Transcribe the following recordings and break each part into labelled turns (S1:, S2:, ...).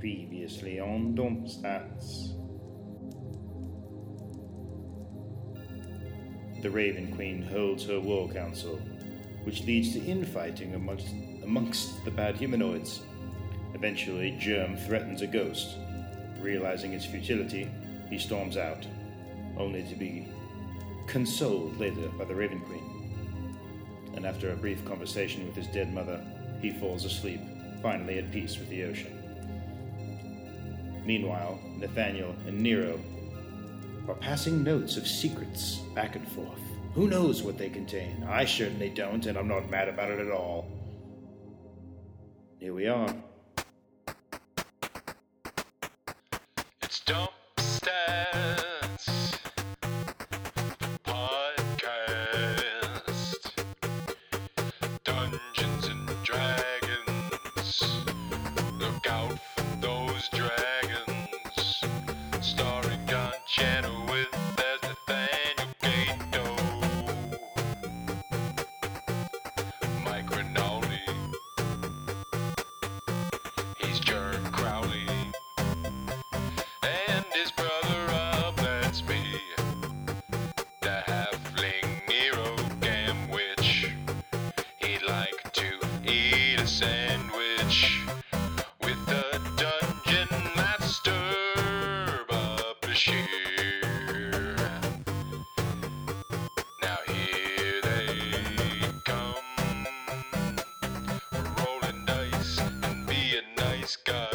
S1: Previously on Dump Stats. The Raven Queen holds her war council, which leads to infighting amongst, amongst the bad humanoids. Eventually, Germ threatens a ghost. Realizing its futility, he storms out, only to be consoled later by the Raven Queen. And after a brief conversation with his dead mother, he falls asleep, finally at peace with the ocean. Meanwhile, Nathaniel and Nero are passing notes of secrets back and forth. Who knows what they contain? I certainly don't, and I'm not mad about it at all. Here we are.
S2: It's Dump Stats Podcast Dungeons and Dragons. Look out for those dragons. Starring John Chenoweth as Nathaniel Gato. Mike Rinaldi. He's Jerk Crowley and his brother Rob, that's me. The halfling Nero Gamwich. He'd like to eat a sandwich with the dungeon master, Bob Bashir. Now here they come. We're rolling dice and being nice guys.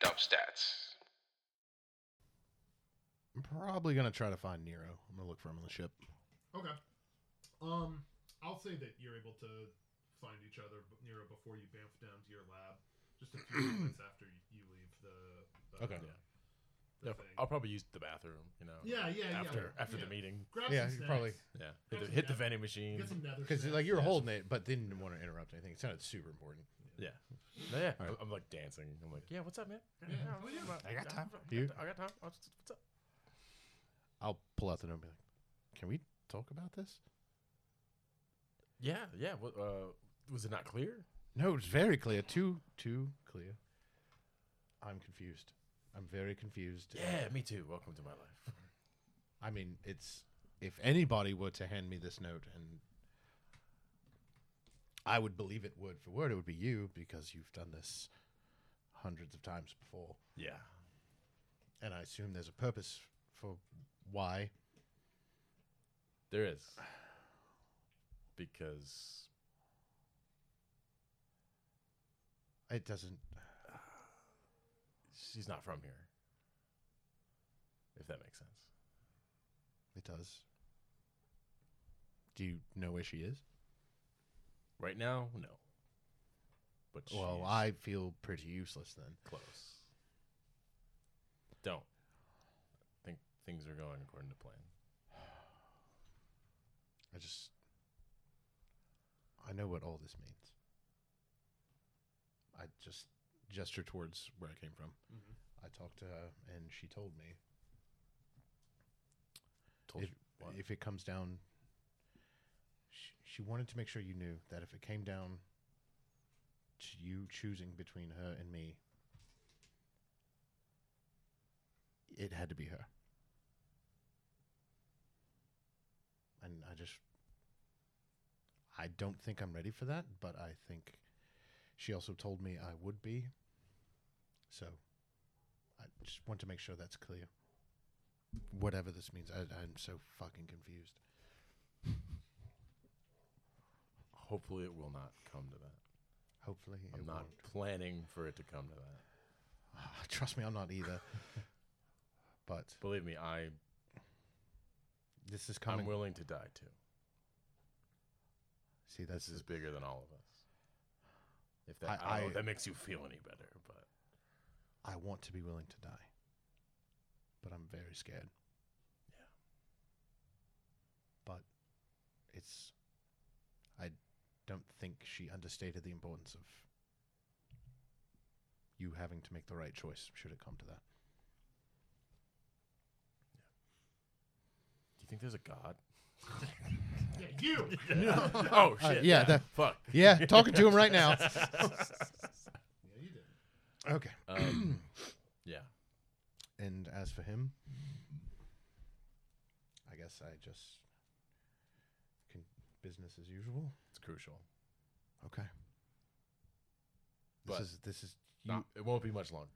S2: Dump stats.
S3: I'm probably gonna try to find Nero. I'm gonna look for him on the ship.
S4: Okay. Um, I'll say that you're able to find each other, b- Nero, before you bamf down to your lab, just a few minutes after you leave the. Uh,
S5: Okay.
S4: the
S5: Yeah,
S4: thing.
S5: I'll probably use the bathroom, you know.
S4: yeah, yeah,
S5: After
S4: yeah.
S5: after
S4: yeah.
S5: the meeting.
S4: Grab
S3: Yeah,
S4: some
S3: you
S4: snacks.
S3: probably
S5: Yeah.
S4: That's
S5: Hit the,
S4: a
S5: hit the
S4: good-
S5: vending
S4: get
S5: machine.
S4: some nether.
S3: because
S4: snacks.
S3: like you were
S4: Yeah,
S3: holding it, but didn't want to interrupt anything. It sounded super important.
S5: Yeah. No, yeah. I'm- I'm like dancing. I'm like, yeah, what's up, man?
S4: Yeah. Oh, yeah.
S5: I got time.
S3: You?
S5: I got time. I'll just- What's up?
S3: I'll pull out the note and be like, "Can we talk about this?"
S5: Yeah, yeah. What, uh, was it not clear?
S3: No, it's very clear. Too too clear. I'm confused. I'm very confused.
S5: Yeah, me too. Welcome to my life.
S3: I mean, it's if anybody were to hand me this note and I would believe it word for word, it would be you because you've done this hundreds of times before.
S5: Yeah.
S3: And I assume there's a purpose for why
S5: There is. Because
S3: it doesn't
S5: she's not from here. If that makes sense.
S3: it does. Do you know where she is?
S5: Right now, no. But
S3: Well,
S5: she's
S3: I feel pretty useless then.
S5: close. Don't. I think things are going according to plan.
S3: I just I know what all this means. I just gesture towards where I came from.
S4: Mhm.
S3: I talked to her and she told me
S5: Told
S3: if,
S5: you what?
S3: if it comes down she, she wanted to make sure you knew that if it came down to you choosing between her and me it had to be her. And I just I don't think I'm ready for that, but I think she also told me I would be. So I just want to make sure that's clear. Whatever this means, I, I'm so fucking confused.
S5: Hopefully, it will not come to that.
S3: Hopefully,
S5: I'm
S3: it
S5: not
S3: won't.
S5: planning for it to come to that.
S3: Ah, Trust me, I'm not either. but
S5: Believe me, I
S3: this is
S5: I'm
S3: coming.
S5: willing to die too.
S3: See, that's
S5: This is bigger than all of us. If that
S3: I-
S5: I, don't know
S3: I-
S5: if that makes you feel any better, but
S3: I want to be willing to die, but I'm very scared.
S5: Yeah.
S3: But it's. I don't think she understated the importance of you having to make the right choice, should it come to that.
S5: do you think there's a god?
S4: Yeah, you.
S5: oh shit!
S3: Uh, yeah,
S5: yeah,
S3: that-
S5: fuck.
S3: Yeah, talking to him right now.
S4: Yeah, you did.
S3: Okay.
S5: Um, yeah.
S3: And as for him, I guess I just can business as usual.
S5: It's crucial.
S3: Okay. This
S5: But-
S3: is this is you.
S5: Not, it won't be much longer.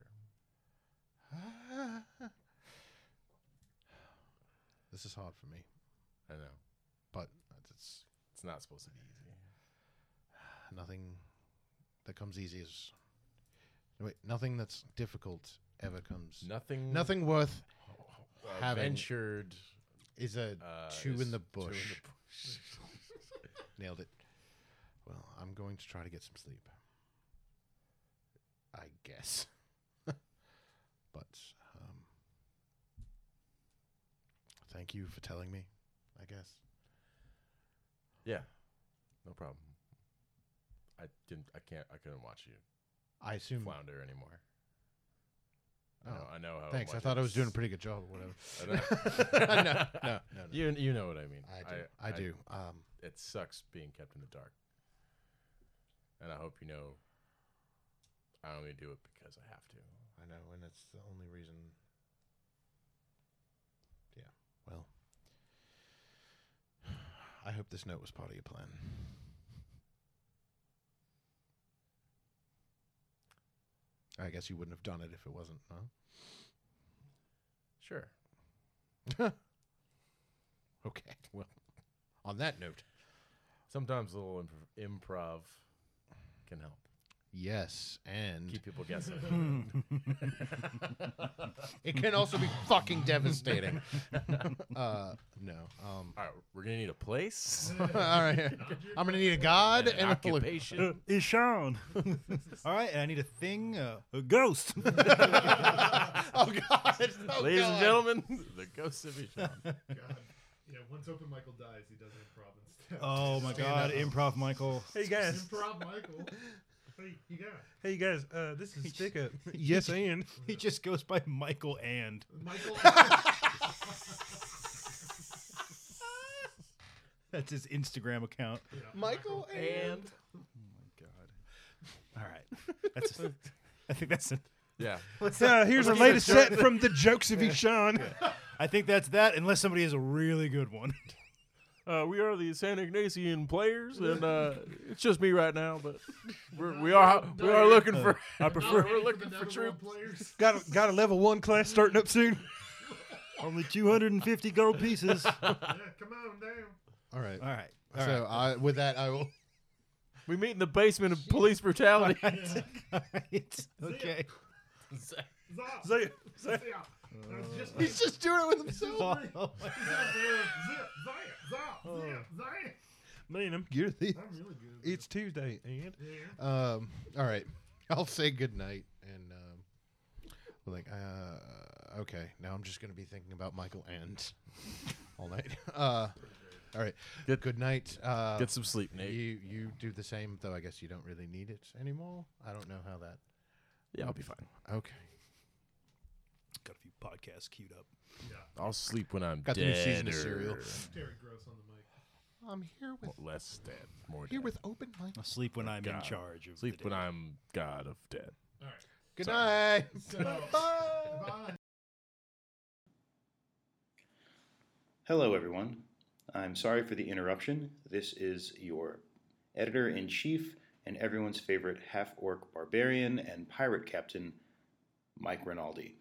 S3: this is hard for me,
S5: I know.
S3: but it's
S5: It's not supposed to be easy.
S3: nothing that comes easy is wait nothing that's difficult ever comes.
S5: Nothing.
S3: Nothing worth
S5: uh,
S3: having-
S5: ventured.
S3: is a
S5: Uh,
S3: two
S5: is
S3: in the
S5: two in
S3: bush.
S5: the bush.
S3: Nailed it. Well, I'm going to try to get some sleep. I guess. but um, thank you for telling me. I guess.
S5: yeah. No problem. I didn't. I can't. I couldn't watch you
S3: I assume.
S5: flounder anymore. I
S3: Hmm. Oh,
S5: know. I know how.
S3: Thanks. I
S5: much
S3: thought I was
S5: it's-
S3: doing a pretty good job or
S5: I
S3: whatever. no,
S5: know.
S3: no, no, no.
S5: You you know what I mean.
S3: I do. I, do. Um,
S5: it sucks being kept in the dark. And I hope you know I only do it because I have to.
S3: I know, and it's the only reason. Yeah. Well, I hope this note was part of your plan. I guess you wouldn't have done it if it wasn't, huh?
S5: Sure.
S3: okay. Well, on that note,
S5: Sometimes a little improv, improv can help.
S3: yes, and
S5: Keep people guessing.
S3: it can also be fucking devastating. uh, no. Um.
S5: All right, we're going to need a place.
S3: all right. I'm gonna need a god
S5: an
S3: and a poly-
S5: occupation.
S6: It's Sean. All right, and I need a thing, uh, a ghost.
S3: Oh god. Oh,
S5: Ladies
S3: God.
S5: and gentlemen, the ghost of Ishan.
S4: God. Yeah, once Open Michael dies, he does improv
S1: Um,
S4: instead.
S6: oh my
S3: Stand
S6: God,
S3: up.
S6: improv, Michael.
S7: Hey guys,
S4: Improv Michael. Hey, you got it.
S7: hey guys, uh, this is Stick Up.
S6: Yes, and he just goes by Michael and.
S4: Michael.
S6: That's his Instagram account.
S3: Michael and
S6: All right, that's. I think that's it.
S5: Yeah.
S6: Uh, here's the latest set from the jokes of Ishan. I think that's that, unless somebody has a really good one.
S5: Uh, we are the San Ignatian players, and uh, it's just me right now, but we're, we are we are looking for.
S7: I
S4: We're
S7: prefer
S4: looking for troop players.
S7: got a, got a level one class starting up soon.
S6: Only 250 gold pieces. All
S4: Yeah, come on down.
S3: All right.
S6: right. All
S3: So I, with that, I will.
S5: We meet in the basement of police brutality.
S6: right. It's okay.
S4: Zop.
S7: Say it.
S4: Zip. That's just
S3: He's just doing it with
S6: Oh,
S3: himself.
S6: my-
S7: Man, I'm guilty.
S4: I'm really good.
S7: It's Tuesday, and
S3: Um. All right. I'll say good night and um, we're like, uh, okay. Now I'm just gonna be thinking about Michael and all night. Uh, all right.
S5: Get-
S3: good night. Uh,
S5: Get some sleep, Nate.
S3: you you do the same though. I guess you don't really need it anymore. I don't know how that.
S5: Yeah, I'll be fine.
S3: Okay.
S6: Got a few podcasts queued up.
S5: I'll sleep when I'm
S3: Got the
S5: dead.
S3: new season of
S5: or
S3: Serial.
S4: Terry Gross on the mic.
S3: I'm here with
S5: Less dead, more
S3: here
S5: dead.
S3: with open mic.
S6: I'll sleep when I'm in
S5: God.
S6: charge. Of
S5: sleep
S6: the
S5: when
S6: day.
S5: I'm god of dead.
S4: All right.
S3: Good night.
S4: So, bye.
S1: Hello, everyone. I'm sorry for the interruption. This is your editor in chief and everyone's favorite half orc barbarian and pirate captain, Mike Rinaldi.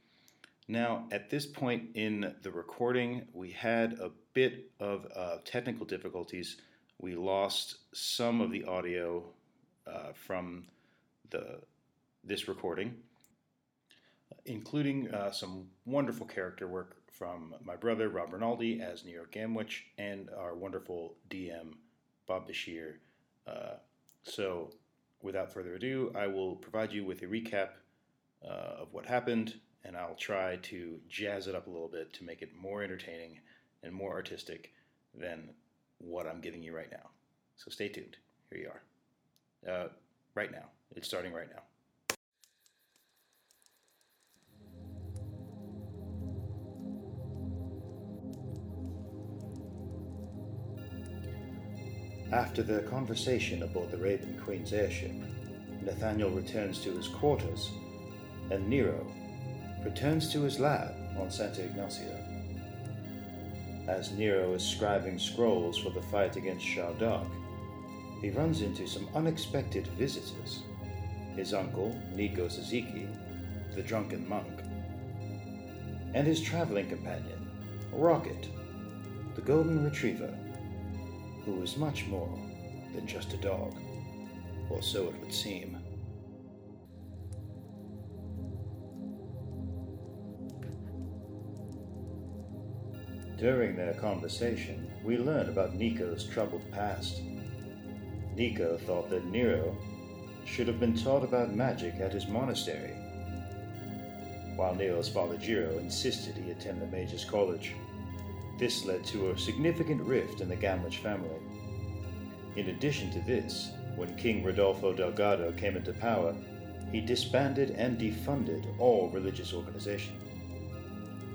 S1: Now, at this point in the recording, we had a bit of uh, technical difficulties. We lost some of the audio uh, from the this recording including uh, some wonderful character work from my brother Rob Rinaldi as New York Gamwich and our wonderful DM Bob Bashir. Uh, so, without further ado, I will provide you with a recap uh, of what happened, and I'll try to jazz it up a little bit to make it more entertaining and more artistic than what I'm giving you right now. So, stay tuned. Here you are. Uh, right now. It's starting right now. After their conversation aboard the Raven Queen's airship, Nathaniel returns to his quarters, and Nero returns to his lab on Santa Ignacia. As Nero is scribing scrolls for the fight against Shardak, he runs into some unexpected visitors his uncle, Nico Suzuki, the drunken monk, and his traveling companion, Rocket, the golden retriever, who is much more than just a dog, or so it would seem. During their conversation, we learn about Nico's troubled past. Nico thought that Nero should have been taught about magic at his monastery, while Nero's father Jiro insisted he attend the Mage's College. This led to a significant rift in the Gamlich family. In addition to this, when King Rodolfo Delgado came into power, he disbanded and defunded all religious organizations,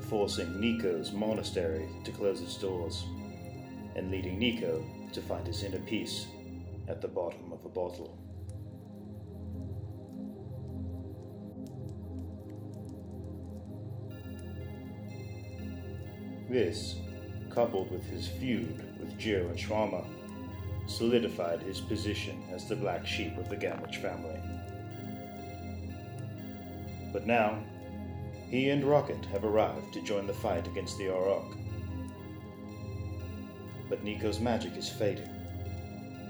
S1: forcing Nico's monastery to close its doors, and leading Nico to find his inner peace at the bottom of a bottle. This, coupled with his feud with Jiro and Schwama, solidified his position as the black sheep of the Gamlich family. But now, he and Rocket have arrived to join the fight against the Auroch. But Nico's magic is fading,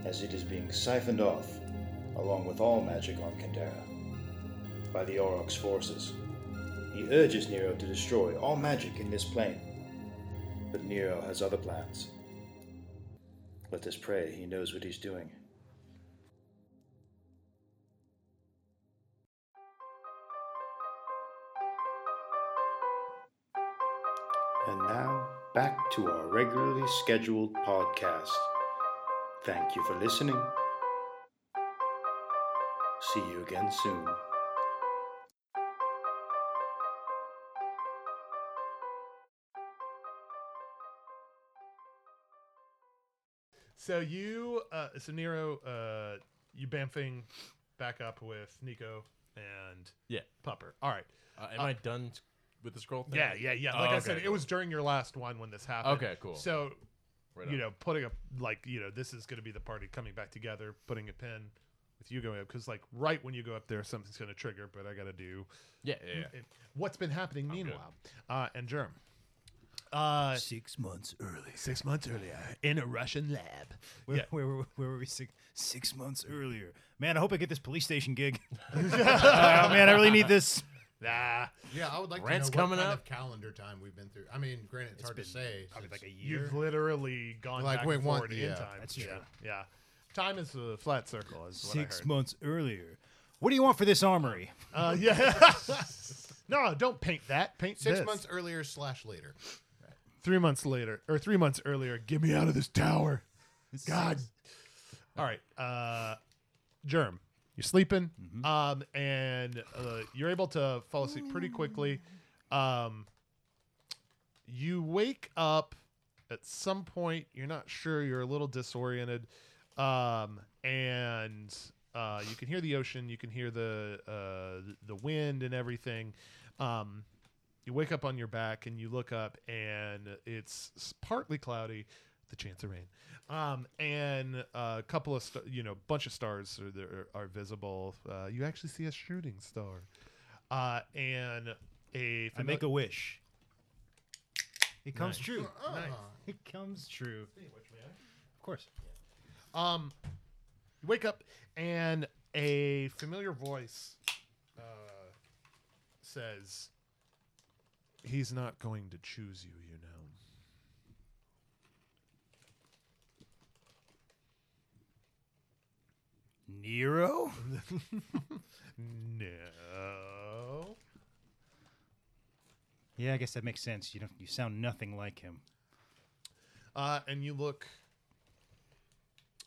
S1: as it is being siphoned off, along with all magic on Kandara, by the Auroch's forces. He urges Nero to destroy all magic in this plane, but Nero has other plans. Let us pray he knows what he's doing. And now, back to our regularly scheduled podcast. Thank you for listening. See you again soon.
S4: So you, uh, so Nero, uh, you bamfing back up with Nico and
S5: Yeah.
S4: Pupper. All right.
S5: Uh, am I done s- with the scroll thing?
S4: Yeah, yeah, yeah.
S5: Oh,
S4: Like I
S5: okay,
S4: said, it
S5: cool.
S4: was during your last one when this happened.
S5: Okay, cool.
S4: So,
S5: Right
S4: you
S5: on.
S4: know, putting up like you know, this is going to be the party coming back together, putting a pin with you going up because like right when you go up there, something's going to trigger. But I got to do
S5: Yeah, yeah, yeah.
S4: it- what's been happening
S5: good.
S4: meanwhile. Uh, and Germ. Uh,
S8: Six months early.
S4: six months earlier in a Russian lab.
S8: Where,
S4: Yeah.
S8: where, were- where were we six, six months earlier? Man, I hope I get this police station gig. oh, man, I really need this.
S4: Nah.
S3: Yeah, I would like
S5: Rent's
S3: to know what
S5: coming
S3: kind
S5: up.
S3: of calendar time we've been through. I mean, granted, it's, hard to say.
S8: Probably
S3: since-
S8: like a year.
S4: You've literally gone
S3: Like,
S4: back
S3: wait,
S4: and
S3: one-
S4: forward in
S3: yeah,
S4: time.
S8: that's
S4: yeah,
S8: true.
S4: Yeah. Time is a flat circle. Is what I
S8: Six
S4: heard.
S8: months earlier. What do you want for this armory?
S4: Uh, yeah. no, don't paint that. Paint
S3: six
S4: this.
S3: months earlier slash later.
S4: Three months later, or three months earlier. Get me out of this tower. God. All right. Uh, Germ, you're sleeping, um, and uh, you're able to fall asleep pretty quickly. Um, you wake up at some point. You're not sure. You're a little disoriented, um, and uh, you can hear the ocean. You can hear the uh, the wind and everything. Um, you wake up on your back and you look up, and it's s- partly cloudy, the chance of rain, um, and a couple of st- you know bunch of stars are there, are visible. Uh, you actually see a shooting star, uh, and a
S8: I make a wish. It comes true.
S4: Uh-uh.
S3: Nice.
S8: It comes true. Of course.
S4: Um, you wake up and a familiar voice uh, says, "He's not going to choose you, you know."
S8: Nero?
S4: No.
S8: Yeah, I guess that makes sense. You don't. You sound nothing like him.
S4: Uh, and you look,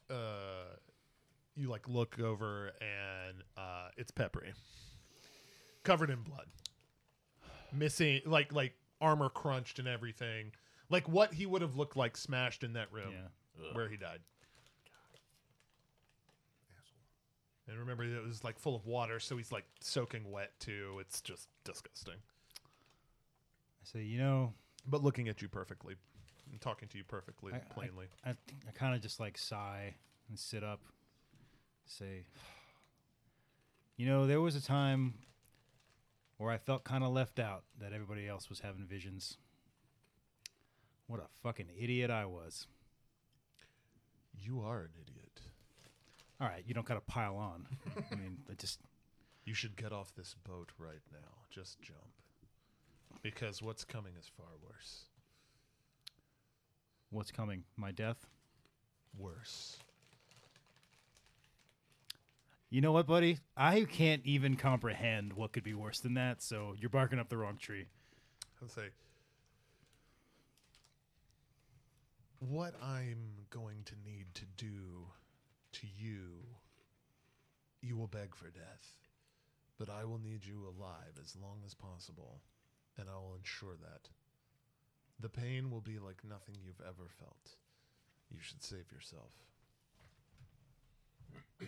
S4: uh, you like look over, and uh, it's Peppery, covered in blood, missing like like armor crunched and everything, like what he would have looked like smashed in that room
S8: Yeah.
S4: where he died. And remember, it was like full of water, so he's like soaking wet too. It's just disgusting.
S1: I say, you know,
S4: But looking at you perfectly, and talking to you perfectly,
S1: I- I-
S4: plainly.
S1: I, I kind of just like sigh and sit up, say, you know, there was a time where I felt kind of left out that everybody else was having visions. What a fucking idiot I was.
S4: you are an idiot.
S1: All right, you don't got to pile on. I mean, I just
S4: You should get off this boat right now. Just jump. Because what's coming is far worse.
S1: what's coming? My death?
S4: Worse.
S1: You know what, buddy? I can't even comprehend what could be worse than that, so you're barking up the wrong tree.
S4: I'd say, what I'm going to need to do to you, you will beg for death, but I will need you alive as long as possible, and I will ensure that. The pain will be like nothing you've ever felt. You should save yourself.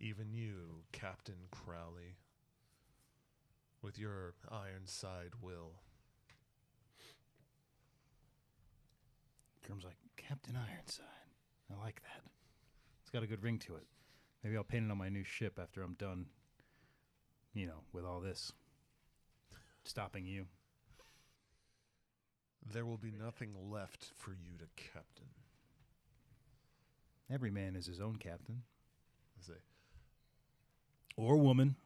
S4: Even you, Captain Crowley, with your ironside will.
S1: Grim's like, Captain Ironside. I like that. It's got a good ring to it. Maybe I'll paint it on my new ship after I'm done, you know, with all this. Stopping you.
S4: There will be nothing left for you to captain.
S1: Every man is his own captain.
S4: I say,
S1: Or woman.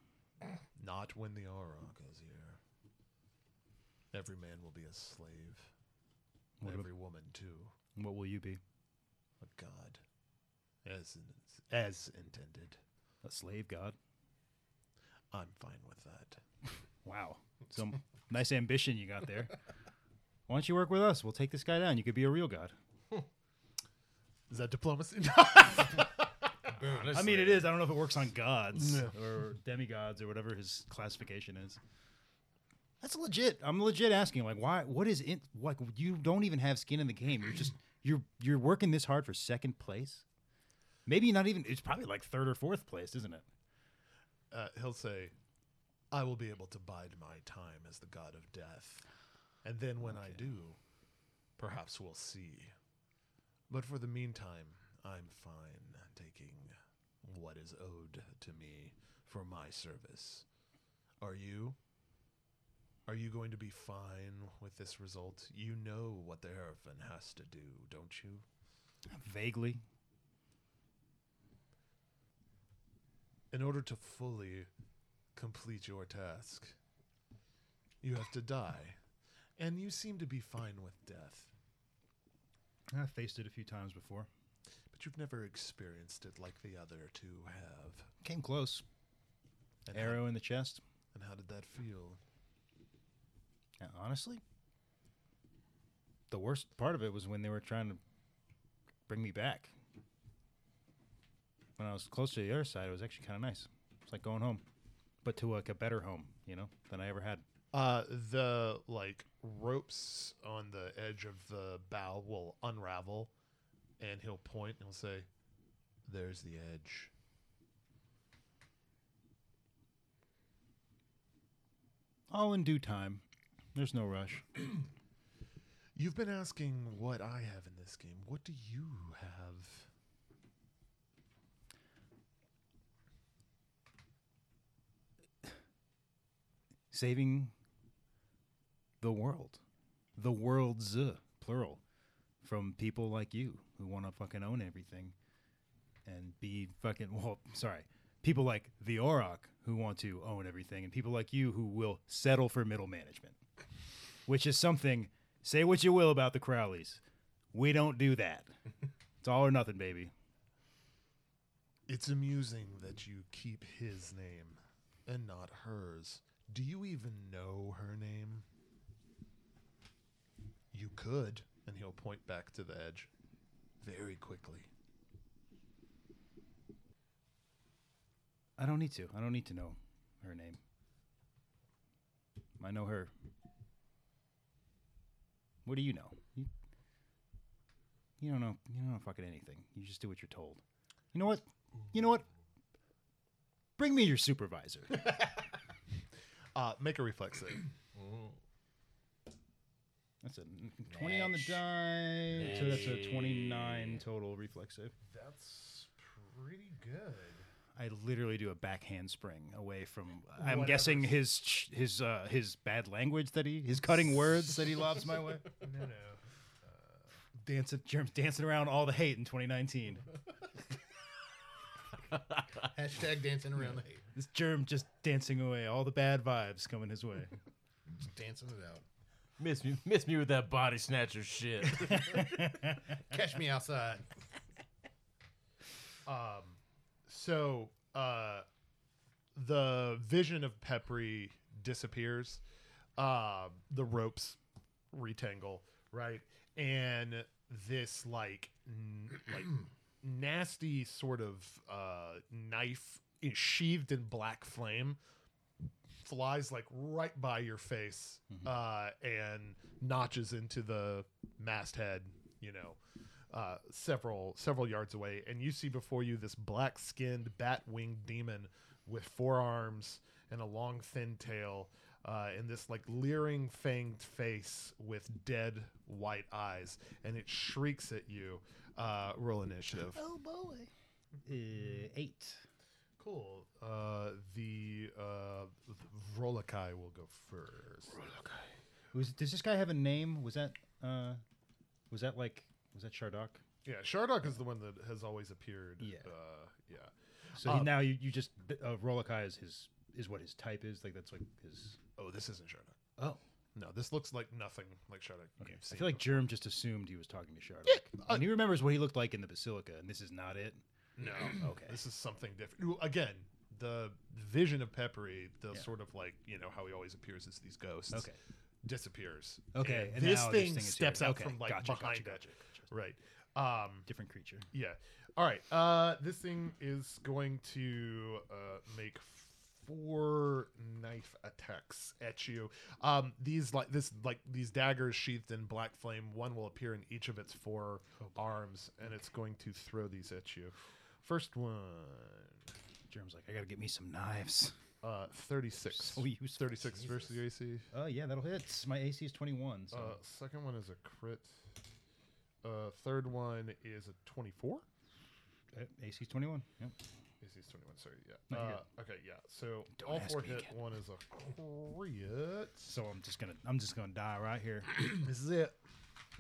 S4: not when the Auroch is here. Every man will be a slave.
S1: What, ab-
S4: Every woman too.
S1: what will you be?
S4: A god, as in- as intended.
S1: A slave god?
S4: I'm fine with that.
S1: Wow. Some nice ambition you got there. Why don't you work with us? We'll take this guy down. You could be a real god.
S4: Is that diplomacy?
S1: I mean, it is. I don't know if it works on gods or demigods or whatever his classification is. That's legit. I'm legit asking, like, why? What is it? Like, you don't even have skin in the game. You're just you're you're working this hard for second place. Maybe not even. It's probably like third or fourth place, isn't it?
S4: uh, he'll say, I will be able to bide my time as the god of death. And then when I do, perhaps we'll see. But for the meantime, I'm fine taking what is owed to me for my service. Are you? Are you going to be fine with this result? You know what the Hierophant has to do, don't you?
S1: Vaguely.
S4: in order to fully complete your task, you have to die. And you seem to be fine with death,
S1: I faced it a few times before.
S4: but you've never experienced it like the other two have.
S1: Came close.
S4: And, how,
S1: Arrow in the chest.
S4: and how did that feel?
S1: And honestly, the worst part of it was when they were trying to bring me back. When I was close to the other side, it was actually kind of nice. It's like going home, but to like a better home, you know, than I ever had.
S4: Uh, the like ropes on the edge of the bow will unravel, and he'll point and he'll say, "There's the edge."
S1: All in due time. There's no rush.
S4: You've been asking what I have in this game. What do you have?
S1: Saving the world, the world's uh, plural, from people like you who want to fucking own everything and be fucking well. Sorry, people like the Auroch who want to own everything, and people like you who will settle for middle management, which is something. Say what you will about the Crowleys, we don't do that. it's all or nothing, baby.
S4: It's amusing that you keep his name and not hers. Do you even know her name? You could, and he'll point back to the edge very quickly.
S1: I don't need to. I don't need to know her name. I know her. What do you know? You, you don't know. You don't know fucking anything. You just do what you're told. You know what? You know what? Bring me your supervisor.
S4: Uh, make a reflex save.
S1: That's a 20 on the die. So that's a 29 total reflex save.
S9: That's pretty good.
S1: I literally do a back handspring away from. I'm guessing his ch- his uh, his bad language that he his cutting words that he lobs my way.
S9: No, Uh, no.
S1: Dancing germs dancing around all the hate in 2019.
S9: Hashtag dancing around the hate.
S1: This germ just dancing away all the bad vibes coming his way.
S9: Just dancing it out.
S5: Miss me, miss me with that body snatcher shit.
S9: Catch me outside.
S4: Um, So uh, the vision of Pepri disappears. Uh, the ropes retangle, right? And this like n- like nasty sort of uh, knife is sheathed in black flame flies like right by your face uh, and notches into the masthead you know uh, several several yards away and you see before you this black skinned bat winged demon with four arms and a long thin tail uh, and this like leering fanged face with dead white eyes and it shrieks at you uh, roll initiative
S1: Uh, eight.
S4: Cool. Uh, the uh, Rolakai will go first.
S1: Was does this guy have a name? Was that uh, was that like was that Shardock?
S4: Yeah, Shardock is the one that has always appered.
S1: Yeah.
S4: Uh, yeah.
S1: So he, now you, you just uh, Rolokai is his is what his type is like. That's like his.
S4: Oh, this isn't Shardock.
S1: Oh,
S4: No, this looks like nothing like Shardock.
S1: okay.
S4: You've
S1: I
S4: seen
S1: feel like Germ just assumed he was talking to Shardock, and he remembers what he looked like in the Basilica, and this is not it.
S4: No.
S1: Okay.
S4: This is something different. Well, Again, the vision of Peppery, the sort of like, you know, how he always appears as these ghosts.
S1: Okay.
S4: Disappears.
S1: Okay,
S4: And
S1: and
S4: this
S1: now this
S4: thing
S1: thing is here.
S4: steps out
S1: Okay,
S4: from like
S1: gotcha,
S4: behind
S1: gotcha,
S4: it. Right. Um,
S1: Different creature.
S4: Yeah. All right. Uh, this thing is going to uh, make four knife attacks at you. Um, these like this like these daggers sheathed in black flame. One will appear in each of its four arms, and it's going to throw these at you. First one,
S1: Germ's like, I gotta get me some knives.
S4: uh, thirty-six.
S1: So useful.
S4: thirty-six versus your AC.
S1: Oh yeah, that'll hit. My AC is twenty one. So
S4: Uh, second one is a crit. Uh, third one is a twenty-four.
S1: AC uh, is twenty one. Yep.
S4: Is he's 21, sorry, yeah.
S1: No, you're
S4: uh, okay, yeah. So
S1: Don't
S4: all
S1: ask
S4: four
S1: me
S4: hit,
S1: again.
S4: one is a crit.
S1: So I'm just gonna I'm just gonna die right here.
S4: this is it.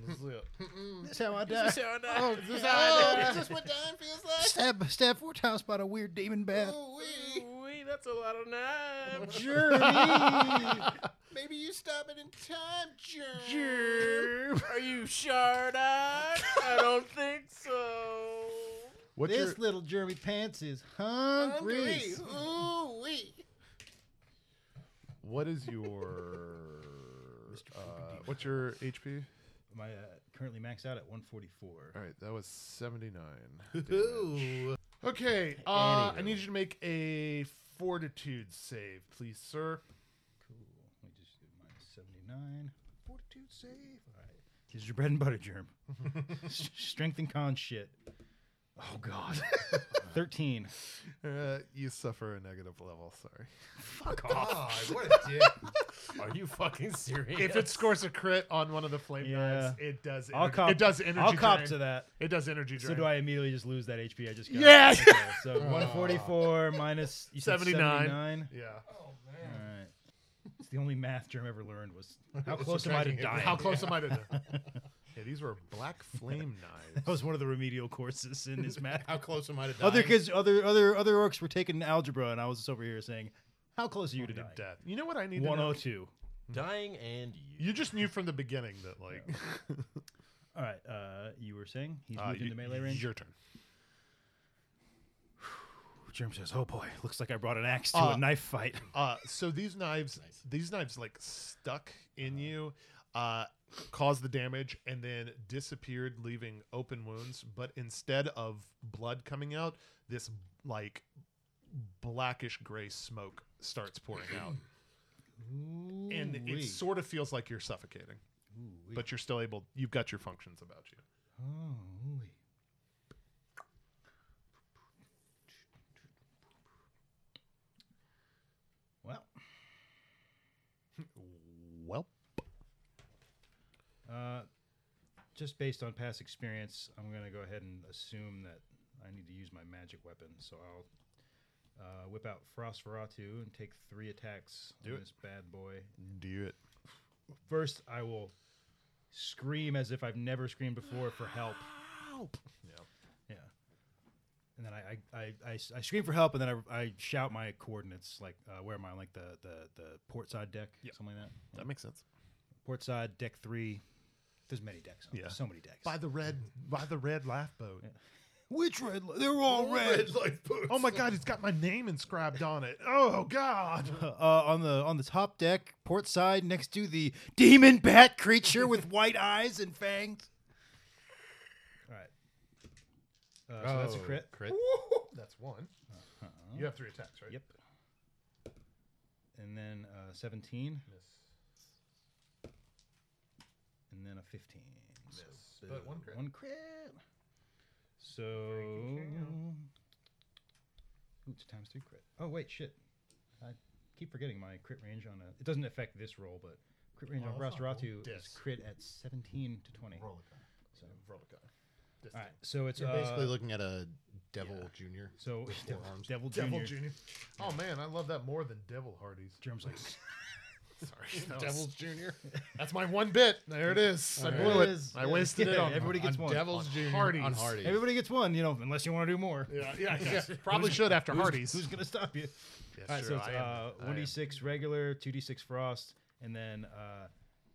S4: This is it.
S1: That's how I die.
S4: oh, Mm. this is how I
S9: That's what dying feels like.
S1: Stab stab four times by the weird demon bat.
S9: Ooh-wee.
S5: Wait, that's a lot of knives.
S1: Jeremy.
S9: Maybe you stop it in time, Germ.
S5: Are you Shardock? I don't think so.
S4: What's your,
S1: this little Jeremy Pants is hungry.
S9: Hungry. Ooh wee.
S4: what is your uh, what's your HP?
S1: My uh, currently maxed out at 144.
S4: All right, that was 79. damage. okay, uh, I need you to make a fortitude save, please, sir.
S1: Cool. Let me just do minus 79. Fortitude save. All right. This is your bread and butter, Germ. S- Strength and con shit. Oh God. 13.
S4: Uh, you suffer a negative level, sorry.
S1: Fuck off.
S9: God, what a dick.
S5: Are you fucking serious?
S4: If it scores a crit on one of the flame knives,
S1: Yeah.
S4: it does.
S1: I'll
S4: ener-
S1: cop.
S4: It does energy.
S1: I'll cop
S4: drain.
S1: to that.
S4: It does energy drain.
S1: So do I immediately just lose that HP I just got?
S4: Yeah.
S1: Okay, so 144 minus you said
S4: 79.
S1: 79.
S4: Yeah.
S1: All right. It's the only math Germ ever learned was how close am I to dying?
S4: How close am I to that? Yeah, these were black flame knives.
S1: That was one of the remedial courses in his math.
S9: How close am I to dying?
S1: other kids, other other other orcs were taking algebra, and I was just over here saying, "How close are you to dying?"
S4: Death. You know what I need to
S1: One
S4: know?
S1: oh two.
S5: Dying and you.
S4: You just knew from the beginning that, like,
S1: All right. Uh, you were saying he's
S4: uh,
S1: moved into
S4: you-
S1: melee range.
S4: Your turn.
S1: Germ says, "Oh boy, looks like I brought an axe to
S4: Uh,
S1: a knife fight."
S4: Uh, so these knives, these knives, like stuck in you, uh, caused the damage, and then disappeared, leaving open wounds. But instead of blood coming out, this like blackish gray smoke starts pouring out, and it sort of feels like you're suffocating. But you're still able. You've got your functions about you.
S1: Holy. Uh, just based on past experience, I'm gonna go ahead and assume that I need to use my magic weapon. So I'll uh, whip out Frostveratu and take three attacks
S10: Do
S1: on
S10: it.
S1: this bad boy.
S10: Do it.
S1: First, I will scream as if I've never screamed before for help.
S10: Help!
S1: Yeah. And then I I, I, I, s- I scream for help, and then I, I shout my coordinates, like uh, where am I? Like the the, the port side deck, something like that.
S4: That makes sense.
S1: Port side deck three. There's many decks. On, yeah. So many decks.
S4: By the red, by the red lifeboat.
S1: Which red? li- They're all red.
S4: lifeboats. Oh my god, it's got my name inscribed on it. Oh god.
S1: uh, on the on the top deck, port side, next to the demon bat creature with white eyes and fangs. All right. Uh, so that's a
S4: Oh,
S1: crit.
S4: Crit. That's one. You have three attacks, right?
S1: Yep. And then uh, 17. And then a 15. So
S4: But
S1: the-
S4: one crit.
S1: One crit. So. Ooh, it's a times three crit. Oh, wait, shit. I keep forgetting my crit range on a. It doesn't affect this roll, but crit range
S4: Oh,
S1: on
S4: that's not cool.
S1: Rostaratu is
S4: Dis.
S1: crit at 17 to 20. Roll So.
S4: Roll a
S1: All right, so it's
S4: You're basically
S1: uh,
S4: looking at a Devil Junior.
S1: So
S4: with
S1: Devil-
S4: forearms.
S1: Devil
S4: Devil
S1: Jr..
S4: Junior. Oh man, I love that more than Devil Hardy's.
S1: Germ's like,
S4: sorry,
S1: that was-
S4: Devil's Junior. That's my one bit. There it is. I blew it. I wasted it. On,
S1: everybody gets
S4: on
S1: one.
S4: Devil's Junior. Hardy's.
S1: Everybody gets one, you know, unless you want to do more.
S4: Yeah, yeah, yeah. Probably should after
S1: who's-
S4: Hardee's.
S1: Who's gonna stop you?
S4: Yeah,
S1: All right,
S4: sure,
S1: so it's
S4: I am-
S1: uh,
S4: I am.
S1: 1d6 regular, 2d6 frost, and then uh,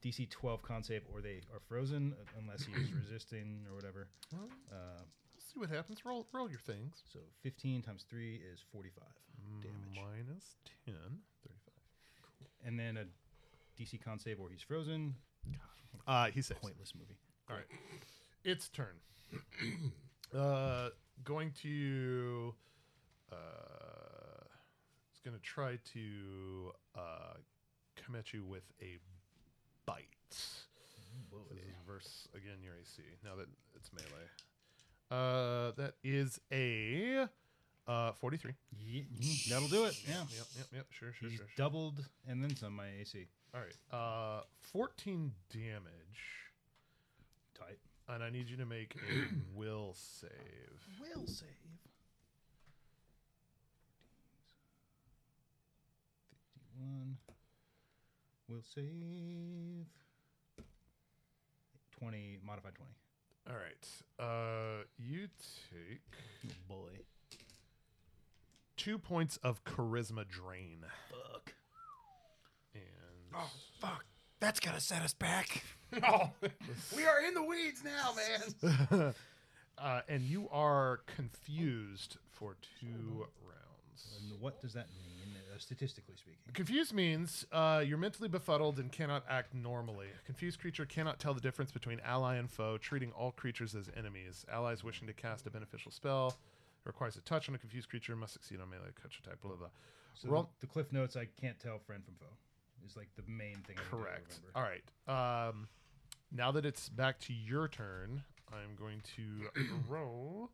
S1: DC 12 con save, or they are frozen uh, unless he is resisting or whatever.
S4: Well,
S1: Uh,
S4: Let's see what happens. Roll, roll your things.
S1: so 15 times 3 is 45 damage.
S4: Minus 10, 35.
S1: And then a DC con save, or he's frozen.
S4: Uh, he saves.
S1: Pointless movie.
S4: All right. Its turn. uh, going to. Uh, it's going to try to uh, come at you with a bite. This is verse again your AC. Now that it's melee. Uh, that is a uh, 43.
S1: Ye- that'll do it. Yeah.
S4: Yep, yep, yep. Sure, sure,
S1: He's
S4: sure. sure.
S1: doubled and then some my AC.
S4: All right. Uh, 14 damage.
S1: Tight.
S4: And I need you to make a will save.
S1: Will save. One. Will save. 20, modified 20.
S4: All right. Uh, you take
S1: Oh, boy.
S4: two points of charisma drain.
S1: Fuck.
S4: And
S9: Oh,
S6: Fuck. That's gonna set us back.
S9: we are in the weeds now, man.
S4: uh, and you are confused for two rounds.
S1: And what does that mean, uh, statistically speaking?
S4: Confused means uh, you're mentally befuddled and cannot act normally. A confused creature cannot tell the difference between ally and foe, treating all creatures as enemies. Allies wishing to cast a beneficial spell requires a touch on a confused creature, must succeed on melee touch attack, blah, blah, blah.
S1: So
S4: Roll-
S1: the, the cliff notes I can't tell friend from foe is like the main thing. I need to
S4: Correct.
S1: remember.
S4: All right. Um, now that it's back to your turn, I'm going to roll.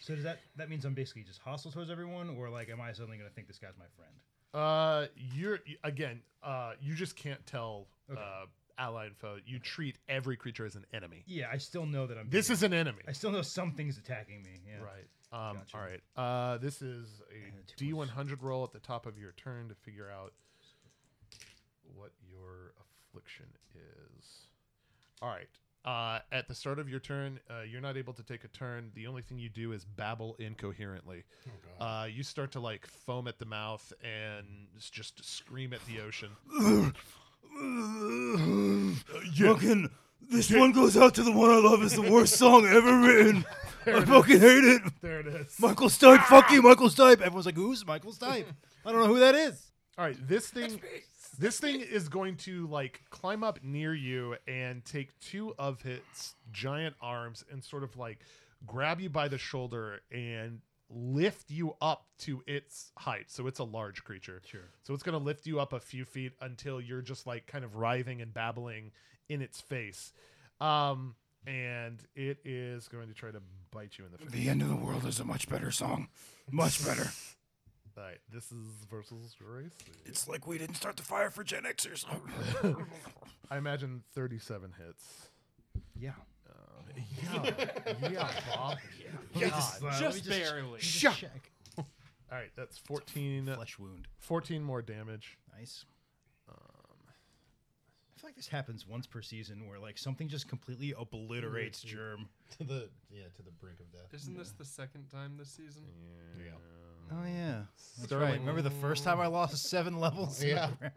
S1: So does that that means I'm basically just hostile towards everyone, or like am I suddenly going to think this guy's my friend?
S4: Uh, you're y- again. Uh, you just can't tell.
S1: Okay.
S4: Uh, ally and foe. You treat every creature as an enemy.
S1: Yeah, I still know that I'm.
S4: This
S1: being-
S4: is an enemy.
S1: I still know something's attacking me. Yeah.
S4: Right. Um,
S1: Gotcha.
S4: All right. Uh, this is a
S1: two points.
S4: D100 roll at the top of your turn to figure out what your affliction is. All right. Uh, at the start of your turn, uh, you're not able to take a turn. The only thing you do is babble incoherently. uh, you start to like foam at the mouth and s- just scream at the ocean.
S6: Uh,
S11: Fucking, this one goes out to the one I love. It's the worst song ever written. I fucking hate it.
S4: There it is.
S11: Michael Stipe, fuck you, Michael Stipe. Everyone's like, who's Michael Stipe?
S1: I don't know who that is.
S4: All right, this thing this thing is going to like climb up near you and take two of its giant arms and sort of like grab you by the shoulder and lift you up to its height. So it's a large creature.
S1: Sure.
S4: So it's going to lift you up a few feet until you're just like kind of writhing and babbling in its face. Um and it is going to try to bite you in the face.
S11: The End of the World is a much better song. Much better.
S4: All right, this is versus race.
S11: It's like we didn't start the fire for Gen Xers.
S4: I imagine 37 hits.
S1: Yeah.
S4: yeah, yeah, Bob.
S1: Yeah. Just-
S11: uh,
S4: God.
S1: Just Let me just- barely. just
S4: Shuck.
S1: check.
S4: All right, that's fourteen. uh,
S1: flesh wound.
S4: Fourteen more damage.
S1: Nice. Um. I feel like this happens once per season where like something just completely obliterates germ.
S3: to the yeah to the brink of death.
S12: Isn't this the second time this season?
S1: Yeah. Oh yeah. That's
S3: Sterling.
S1: right. Remember the first time I lost seven levels? in a
S3: Yeah.
S1: round?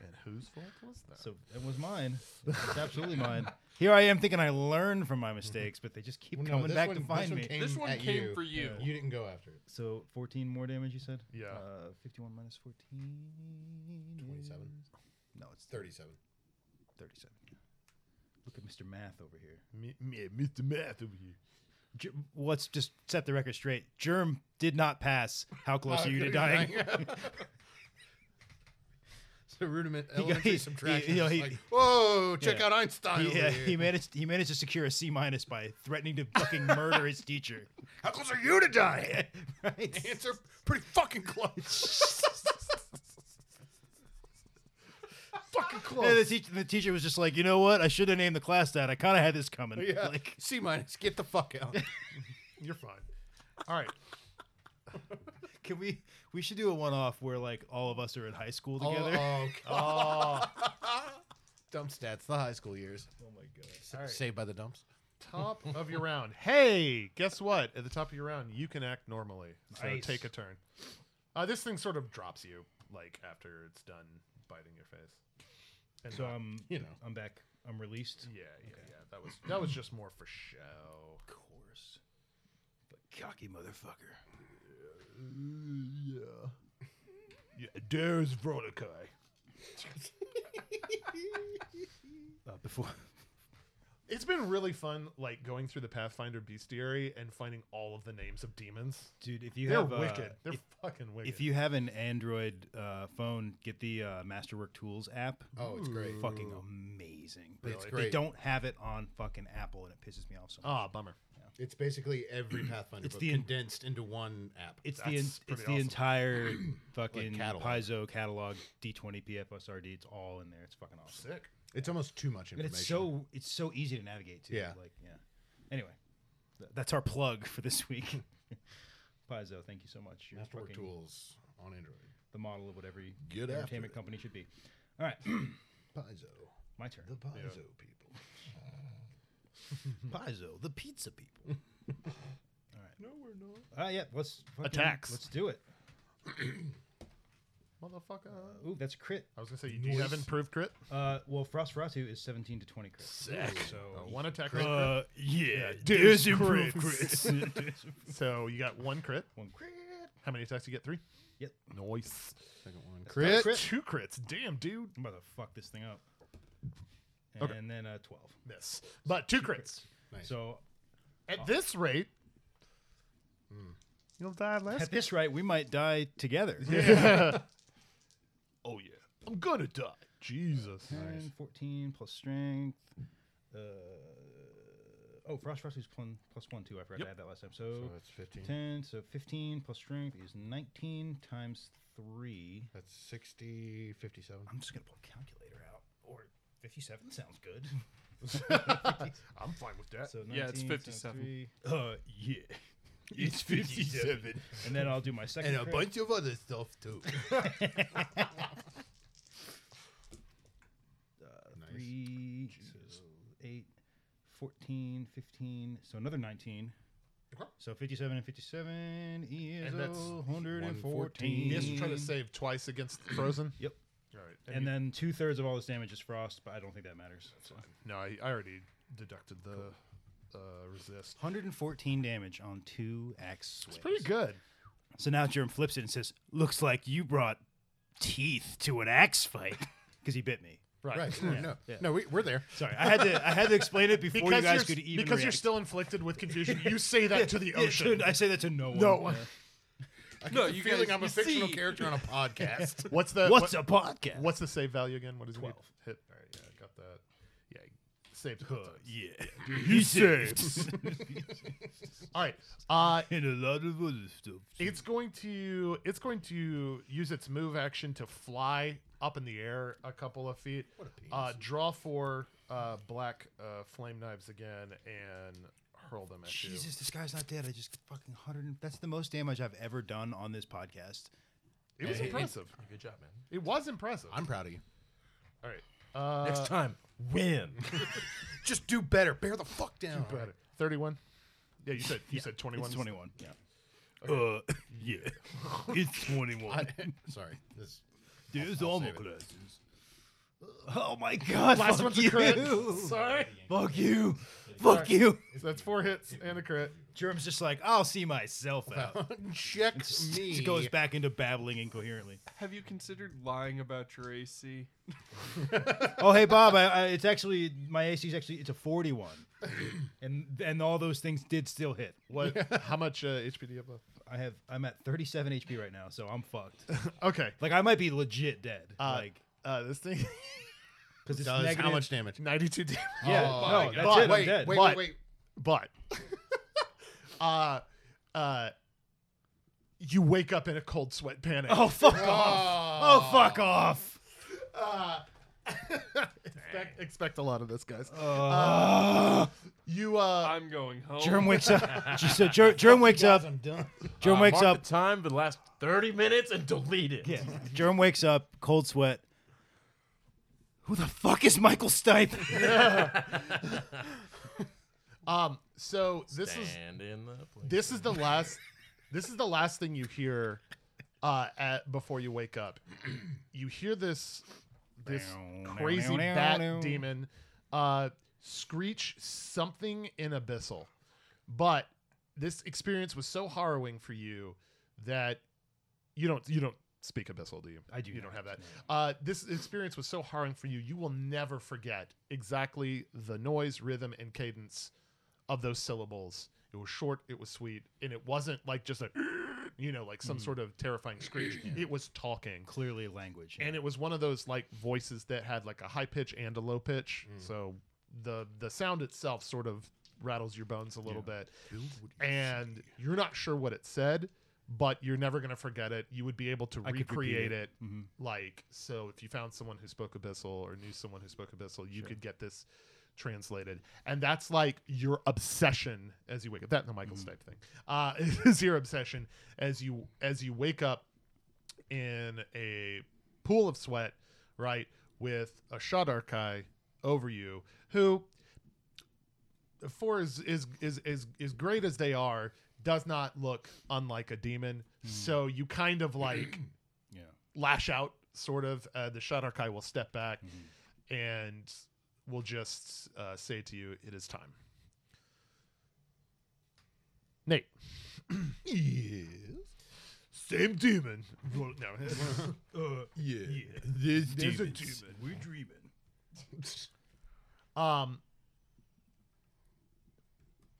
S4: And whose fault was that?
S1: So it was mine. It's absolutely mine. Here I am thinking I learned from my mistakes, but they just keep
S3: Well, no,
S1: coming
S3: this
S1: back
S3: one-
S1: to
S3: this
S1: find
S3: one
S1: me.
S3: came This one at came you. for you.
S1: Yeah.
S3: You didn't go after it.
S1: So 14 more damage, you said?
S4: Yeah.
S1: Uh, 51 minus 14. 27. No, it's
S3: 37.
S1: 37. Look at Mr. Math over here.
S4: Mr. Math over here.
S1: Ger- let's just set the record straight. Germ did not pass. How
S3: Oh,
S1: close are you to dying?
S3: so rudiment
S1: He got-
S3: elementary
S1: he-
S3: subtraction.
S1: he- you know,
S3: is
S1: he-
S3: like, whoa, check
S1: yeah.
S3: out Einstein.
S1: He,
S3: over
S1: yeah,
S3: here."
S1: he managed. He managed to secure a C minus by threatening to fucking murder his teacher.
S3: How close are you to dying?
S1: right.
S3: Answer pretty fucking close. fucking close.
S1: And the, teach- the teacher was just like, you know what? I should have named the class that. I kind of had this coming.
S3: Yeah.
S1: Like,
S3: C minus. Get the fuck out.
S4: You're fine. All right.
S1: Can we? We should do a one-off where like all of us are in high school
S3: Oh,
S1: together.
S3: oh,
S1: God.
S3: Dump stats, the high school years.
S1: Oh my god.
S3: Saved by the dumps.
S4: Top of your round. Hey, guess what? At the top of your round, you can act normally. So
S3: Nice.
S4: take a turn. Uh, this thing sort of drops you, like after it's done biting your face.
S1: so um,
S4: not-
S1: I'm, you know, I'm back. I'm released.
S4: Yeah, yeah, yeah. That was that was just more for show. Of
S1: course. But cocky motherfucker.
S4: Yeah. yeah. There's Vrodokai.
S1: Uh, before
S4: It's been really fun, like going through the Pathfinder Bestiary and finding all of the names of demons.
S1: Dude, if you
S4: they're
S1: have, uh,
S4: wicked, they're
S1: if-
S4: fucking wicked.
S1: If you have an Android uh, phone, get the uh, Masterwork Tools app.
S3: Oh, it's great.
S1: Fucking amazing. But
S3: It's
S1: they
S3: great.
S1: don't have it on fucking Apple, and it pisses me off so much.
S4: Ah, bummer.
S3: It's basically every Pathfinder
S1: It's
S3: book
S1: the en-
S3: condensed into one app.
S1: It's the en- it's the entire fucking
S3: catalog.
S1: Paizo catalog D20 PFSRD. It's all in there. It's fucking awesome.
S4: Sick.
S3: It's almost too much
S1: And
S3: information.
S1: it's so it's so easy to navigate too.
S3: Yeah.
S1: Like yeah. Anyway, th- that's our plug for this week. Paizo, thank you so much. Your
S3: Masterwork
S1: fucking-
S3: Tools on Android.
S1: The model of what every
S3: Get after
S1: entertainment
S3: it.
S1: company should be. All right,
S3: Paizo.
S1: my turn.
S3: The Paizo people.
S1: Paizo, the pizza people. All right.
S4: No, we're not.
S1: Ah, yeah. Let's fucking-
S4: Attacks.
S1: Let's do it.
S4: Motherfucker.
S1: Ooh, that's a crit.
S4: I was gonna say, do you have improved crit?
S1: Uh, well, Frost Ratu is seventeen to twenty crit.
S4: Sick.
S1: So
S4: Uh,
S1: he-
S4: one attack.
S1: Crit.
S4: is
S1: Uh,
S4: crit.
S1: yeah,
S4: there's
S1: there's improved
S4: crits.
S1: crits.
S4: so you got one crit.
S1: One
S4: crit. How many attacks you get? Three.
S1: Yep.
S4: Nice. Second one.
S1: That's not a crit.
S4: Two crits. Damn, dude.
S1: I'm about to fuck this thing up. And
S4: Okay.
S1: then uh, twelve.
S4: Miss. But two crits.
S1: So Ah.
S4: At this rate, you'll die less.
S1: at this rate, we might die together.
S4: Yeah. oh yeah. I'm gonna die. Jesus.
S1: 10, 14 plus strength. Uh, oh, Frost Frost is plus, plus one too. I forgot
S3: Yep.
S1: to add that last time. So,
S3: So Oh, that's 15.
S1: 10, so 15 plus strength is 19 times 3.
S3: That's 60, 57.
S1: I'm just going to pull a calculator out. Or 57 sounds good.
S4: I'm fine with that.
S1: So
S12: Yeah, it's
S1: 19 times
S12: 57.
S1: three. Uh, yeah.
S3: It's 57.
S1: And then I'll do my second.
S3: and a
S1: crit.
S3: bunch of other stuff too. Nice.
S1: Three, so eight, 14, 15, so another 19. So 57 and 57 is
S4: And that's
S1: 114.
S4: Yes, try to save twice against Frozen.
S1: Yep.
S4: All right.
S1: And then two thirds of all this damage is frost, but I don't think that matters. So.
S4: No, I, I already deducted the uh, resist.
S1: 114 damage on two axe swings.
S4: Pretty good.
S1: So now Jerem flips it and says, Looks like you brought teeth to an axe fight. Because he bit me.
S4: Right. Right.
S1: Yeah,
S4: No.
S1: yeah.
S3: No, we, we're there.
S1: Sorry, I had to I had to explain it before
S4: Because
S1: you guys
S4: you're-
S1: could even
S4: because you're
S1: react.
S4: still inflicted with confusion. You say that
S1: Yeah,
S4: to the
S1: yeah,
S4: ocean.
S1: dude, I say that to no one. Uh,
S4: No one.
S1: Yeah.
S3: I
S4: No,
S3: get the
S4: you
S3: feeling
S4: guys-
S3: I'm a
S4: you
S3: fictional
S4: see.
S3: character on a podcast.
S4: What's the
S1: What's
S4: what-
S1: a podcast?
S4: What's the save value again? What is twelve? Hit. All right, yeah, I got that. Yeah, saved. Huh,
S1: yeah,
S4: he saved. All right. Uh,
S1: and a lot of other stuff.
S4: It's going to it's going to use its move action to fly up in the air a couple of feet. uh, draw four, uh, black uh, flame knives again and hurl them at you.
S1: Jesus, this guy's not dead. I just fucking hundred. and- That's the most damage I've ever done on this podcast.
S4: It was
S1: Hey,
S4: impressive.
S5: Good job, man.
S4: It was impressive. I'm
S3: proud of you.
S4: All right. Uh,
S5: Next time, win.
S4: Just do better. Bear the fuck
S3: down.
S4: Do better. Thirty-one. Yeah, you said you
S3: Yeah,
S4: said
S3: it's
S4: twenty-one.
S3: 21, yeah.
S4: Okay.
S3: Uh, yeah. It's 21.
S4: sorry. This.
S3: There's all my classes.
S1: Oh my god!
S4: Last
S1: fuck
S4: one's
S1: you.
S4: a crit. Sorry.
S1: Fuck you. Fuck
S4: Alright,
S1: you.
S4: so That's four hits and a crit.
S1: Germ's just like, I'll see myself out.
S4: Check
S1: Just goes back into babbling incoherently.
S12: Have you considered lying about your AC?
S1: oh hey Bob, I, I, it's actually my AC is actually it's a forty-one, and and all those things did still hit.
S4: What? How much uh, HP do you have left?
S1: I have I'm at thirty-seven HP right now, so I'm fucked.
S4: Okay.
S1: like I might be legit dead.
S4: Uh,
S1: like
S4: uh, this thing.
S1: 'Cause it's Does how negative- much
S4: damage? Ninety-two damage.
S1: Yeah, Oh no, my that's God. it, I'm
S4: Wait,
S1: dead.
S4: wait,
S1: But-
S4: wait, wait. But, uh, uh, you wake up in a cold sweat panic.
S1: Oh fuck
S6: Ah.
S1: off! Oh fuck off!
S4: Uh, expect, expect a lot of this, guys. Uh, you. Uh,
S12: I'm going home.
S1: Germ wakes up. so Germ, Germ wakes up. Germ
S5: Uh,
S1: wakes
S5: mark
S1: up.
S5: The time for the last thirty minutes and delete it.
S1: Yeah. Germ wakes up. Cold sweat. Who the fuck is Michael Stipe?
S4: um. So this is
S5: Stand in the place.
S4: this is the last this is the last thing you hear uh at before you wake up you hear this this crazy bat demon uh screech something in abyssal but this experience was so harrowing for you that you don't you don't speak abyssal do you
S1: I do
S4: you don't
S1: not,
S4: have that uh this experience was so harrowing for you you will never forget exactly the noise rhythm and cadence of those syllables it was short it was sweet and it wasn't like just a you know like some
S1: Mhm.
S4: sort of terrifying screech it was talking
S1: Clearly language.
S4: and it was one of those like voices that had like a high pitch and a low pitch
S1: Mm.
S4: so the the sound itself sort of rattles your bones a little bit and you're not sure what it said but you're never going to forget it you would be able to
S1: I could repeat
S4: recreate it,
S1: it. Mhm.
S4: like so if you found someone who spoke abyssal or knew someone who spoke abyssal you could get this translated and that's like your obsession as you wake up that and the michael
S1: Mm-hmm.
S4: stipe thing uh is your obsession as you as you wake up in a pool of sweat, right, with a Shadarkai over you, who, for as is is is as great as they are, does not look unlike a demon. So you kind of like
S1: Yeah.
S4: lash out, sort of. Uh, the Shadarkai will step back and will just uh, say to you, "It is time." Nate. yes. Same demon. Well, no. uh,
S3: yeah.
S4: There's,
S3: There's a
S4: demons.
S3: demon. We're dreaming.
S4: Um,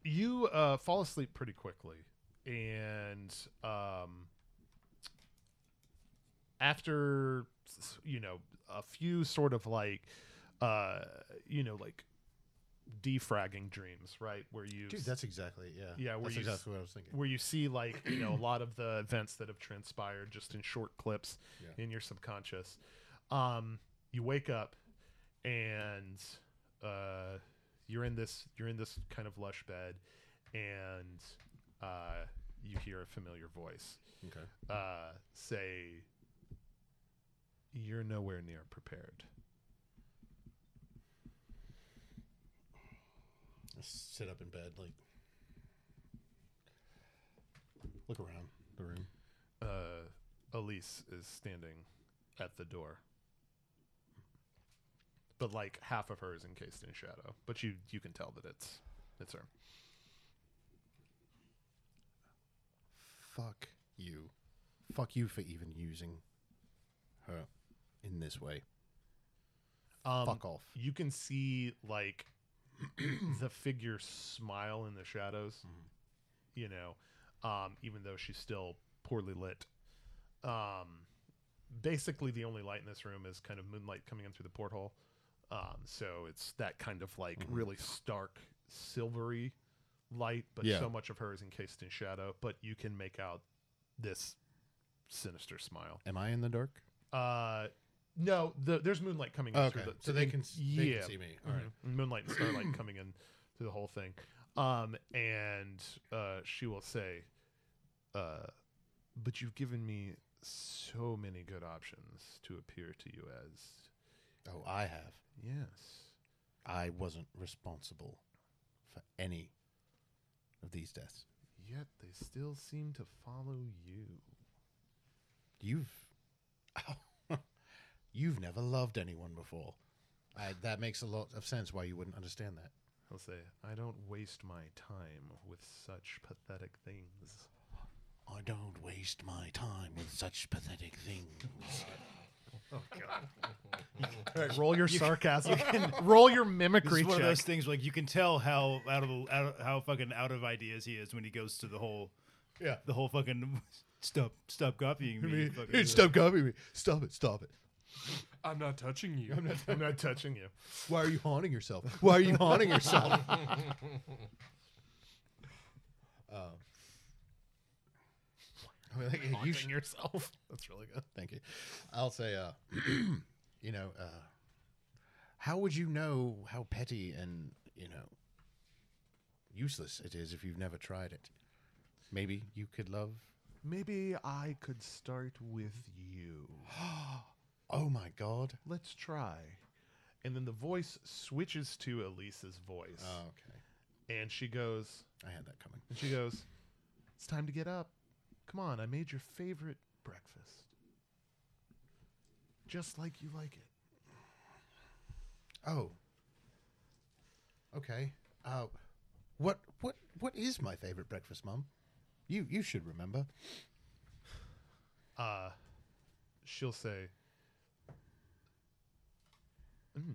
S4: you uh, fall asleep pretty quickly, and um, after s- you know a few sort of like uh, you know like defragging dreams, right? Where you
S3: Dude,
S4: s-
S3: that's exactly- yeah.
S4: yeah. Where
S3: That's
S4: you s-
S3: exactly what I was thinking.
S4: Where you see like you know a lot of the events that have transpired just in short clips
S3: Yeah.
S4: in your subconscious. Um, you wake up and uh, you're in this you're in this kind of lush bed, and uh, you hear a familiar voice.
S3: Okay.
S4: Uh, say, you're nowhere near prepared.
S3: I sit up in bed, like, look around the room.
S4: Uh, Elise is standing at the door. But like half of her is encased in shadow, but you you can tell that it's it's her.
S3: Fuck you. Fuck you for even using her in this way.
S4: Um,
S3: Fuck off.
S4: You can see like the figure smile in the shadows, you know, um, even though she's still poorly lit. Um, basically, the only light in this room is kind of moonlight coming in through the porthole. Um, so it's that kind of like
S10: Mm-hmm.
S4: really stark, silvery light, but
S3: Yeah.
S4: so much of her is encased in shadow. But you can make out this sinister smile.
S3: Am I in the dark?
S4: Uh, No, the, there's moonlight coming in.
S10: Okay,
S4: through the,
S10: so they can s-
S4: yeah.
S10: they can see me. All right.
S4: Mhm. Moonlight and starlight coming in through the whole thing. Um, and uh, she will say, uh, "But you've given me so many good options to appear to you as." Mm-hmm.
S10: Oh, I have.
S4: Yes.
S3: I wasn't responsible for any of these deaths.
S4: Yet they still seem to follow you.
S3: You've you've never loved anyone before. I, that makes a lot of sense why you wouldn't understand that.
S4: I'll say, I don't waste my time with such pathetic things.
S3: I don't waste my time with such pathetic things.
S4: Oh God! roll your sarcasm. roll your mimicry
S6: It's one of those
S4: check.
S6: things like you can tell how out of, out of how fucking out of ideas he is when he goes to the whole,
S3: Yeah.
S6: the whole fucking stop stop copying me.
S3: Hey,
S6: fucking-
S3: hey, stop copying me. Stop it. Stop it.
S12: I'm not touching you.
S4: I'm not, I'm not touching you.
S3: Why are you haunting yourself? Why are you haunting yourself? Um, I mean, like, you
S4: Haunting
S3: should-
S4: yourself. That's really good.
S3: Thank you. I'll say, uh, you know, uh, how would you know how petty and you know useless it is if you've never tried it? Maybe you could love.
S4: Maybe I could start with you.
S3: oh my god.
S4: Let's try. And then the voice switches to Elise's voice.
S3: Oh, okay.
S4: And she goes,
S3: I had that coming.
S4: And she goes, It's time to get up. Come on, I made your favorite breakfast. Just like you like it.
S3: Oh. Okay. Uh, what what what is my favorite breakfast, Mum? You you should remember.
S4: Uh, she'll say, mm.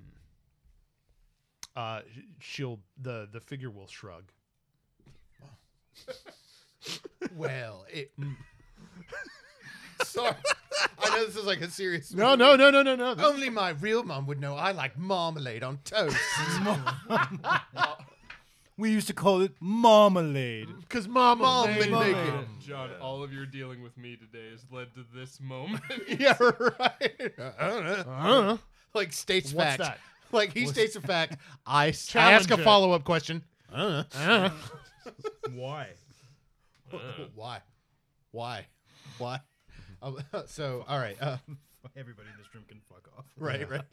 S4: uh, sh- she'll, the, the figure will shrug.
S3: Well, it. mm. Sorry. I know this is like a serious.
S4: No, no, no, no, no.
S3: Only my real mum would know I like marmalade on toast.
S1: We used to call it marmalade.
S4: Because mama,
S12: Marmalade.
S1: Marmalade.
S12: John, all of your dealing with me today has led to this moment.
S3: yeah, right. I don't know.
S12: Uh-huh.
S3: Like states
S12: What's
S3: fact.
S12: that?
S3: Like he
S12: What's-
S3: states a fact. I, s- I
S4: Challenge
S3: ask a
S4: it.
S3: follow up question. I don't know.
S6: Why?
S3: Uh. Why? Why? Why? Um, so, all right. Uh,
S6: Everybody in this room can fuck off.
S3: right, right.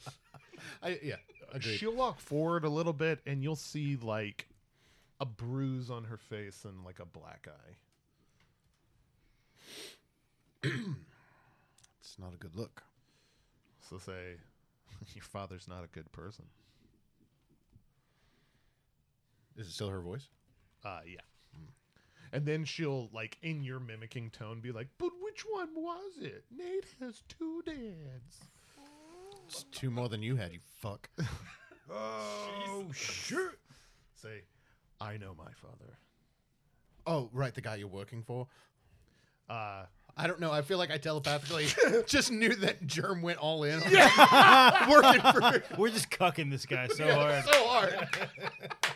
S3: I, yeah, agreed.
S4: She'll walk forward a little bit, and you'll see like a bruise on her face and like a black eye.
S3: it's not a good look.
S4: So say, your father's not a good person.
S3: Is it still her voice?
S4: Uh, yeah. Hmm. And then she'll like in your mimicking tone be like, "But which one was it? Nate has two dads."
S3: It's two more than you had, you fuck.
S4: Oh
S3: shit!
S4: Say, I know my father.
S3: Oh, right, the guy you're working for.
S4: Uh,
S3: I don't know. I feel like I telepathically just knew that Germ went all in. On working for
S6: We're just cucking this guy so
S3: Yeah,
S6: hard.
S3: so hard.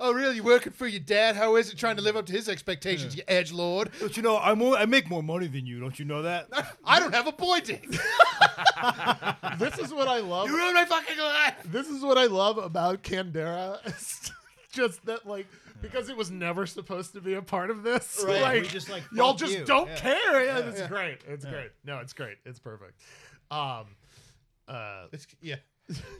S3: oh, really? You working for your dad? How is it trying to live up to his expectations, you edge lord?
S6: Don't you know I'm more, I make more money than you? Don't you know that?
S3: I don't have a boy dick.
S4: this is what I love.
S3: You ruined my fucking life.
S4: This is what I love about Candera. It's just that, like, because it was never supposed to be a part of this.
S6: Right,
S4: Like,
S6: we just, like,
S4: y'all
S6: fuck
S4: just
S6: you.
S4: don't
S6: Yeah.
S4: care. Yeah,
S6: Yeah.
S4: it's
S6: Yeah.
S4: great. It's
S6: Yeah.
S4: great. No, it's great. It's perfect. Um, uh,
S3: yeah.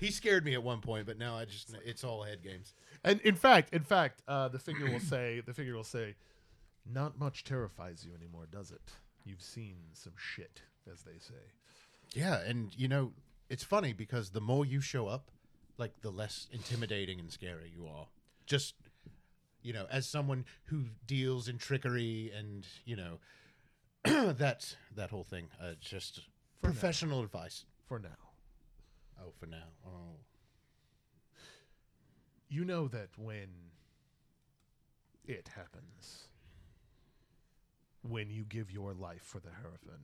S3: He scared me at one point, but now I just—it's all head games.
S4: And in fact, in fact, uh, the figure will say, the figure will say, not much terrifies you anymore, does it? You've seen some shit, as they say.
S3: Yeah, and you know, it's funny because the more you show up, like the less intimidating and scary you are. Just you know, as someone who deals in trickery and, you know, that that whole thing, uh, just
S4: For now.
S3: professional advice.
S4: For now.
S3: Oh, for now. Oh.
S4: You know that when it happens, when you give your life for the Hierophant,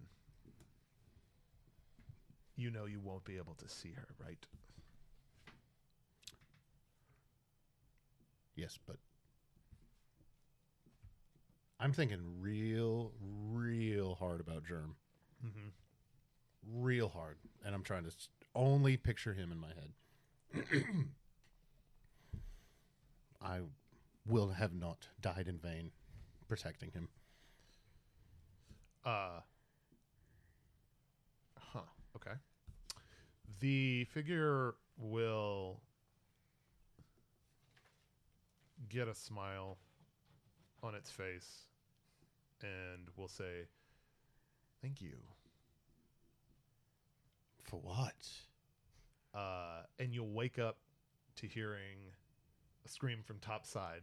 S4: you know you won't be able to see her, right?
S3: Yes, but I'm thinking real real hard about germ.
S4: Mm-hmm.
S3: real hard, and I'm trying to s- only picture him in my head. I will have not died in vain protecting him.
S4: Uh, huh. Okay. The figure will get a smile on its face and will say, Thank you.
S3: For what?
S4: Uh, and you'll wake up to hearing a scream from top side.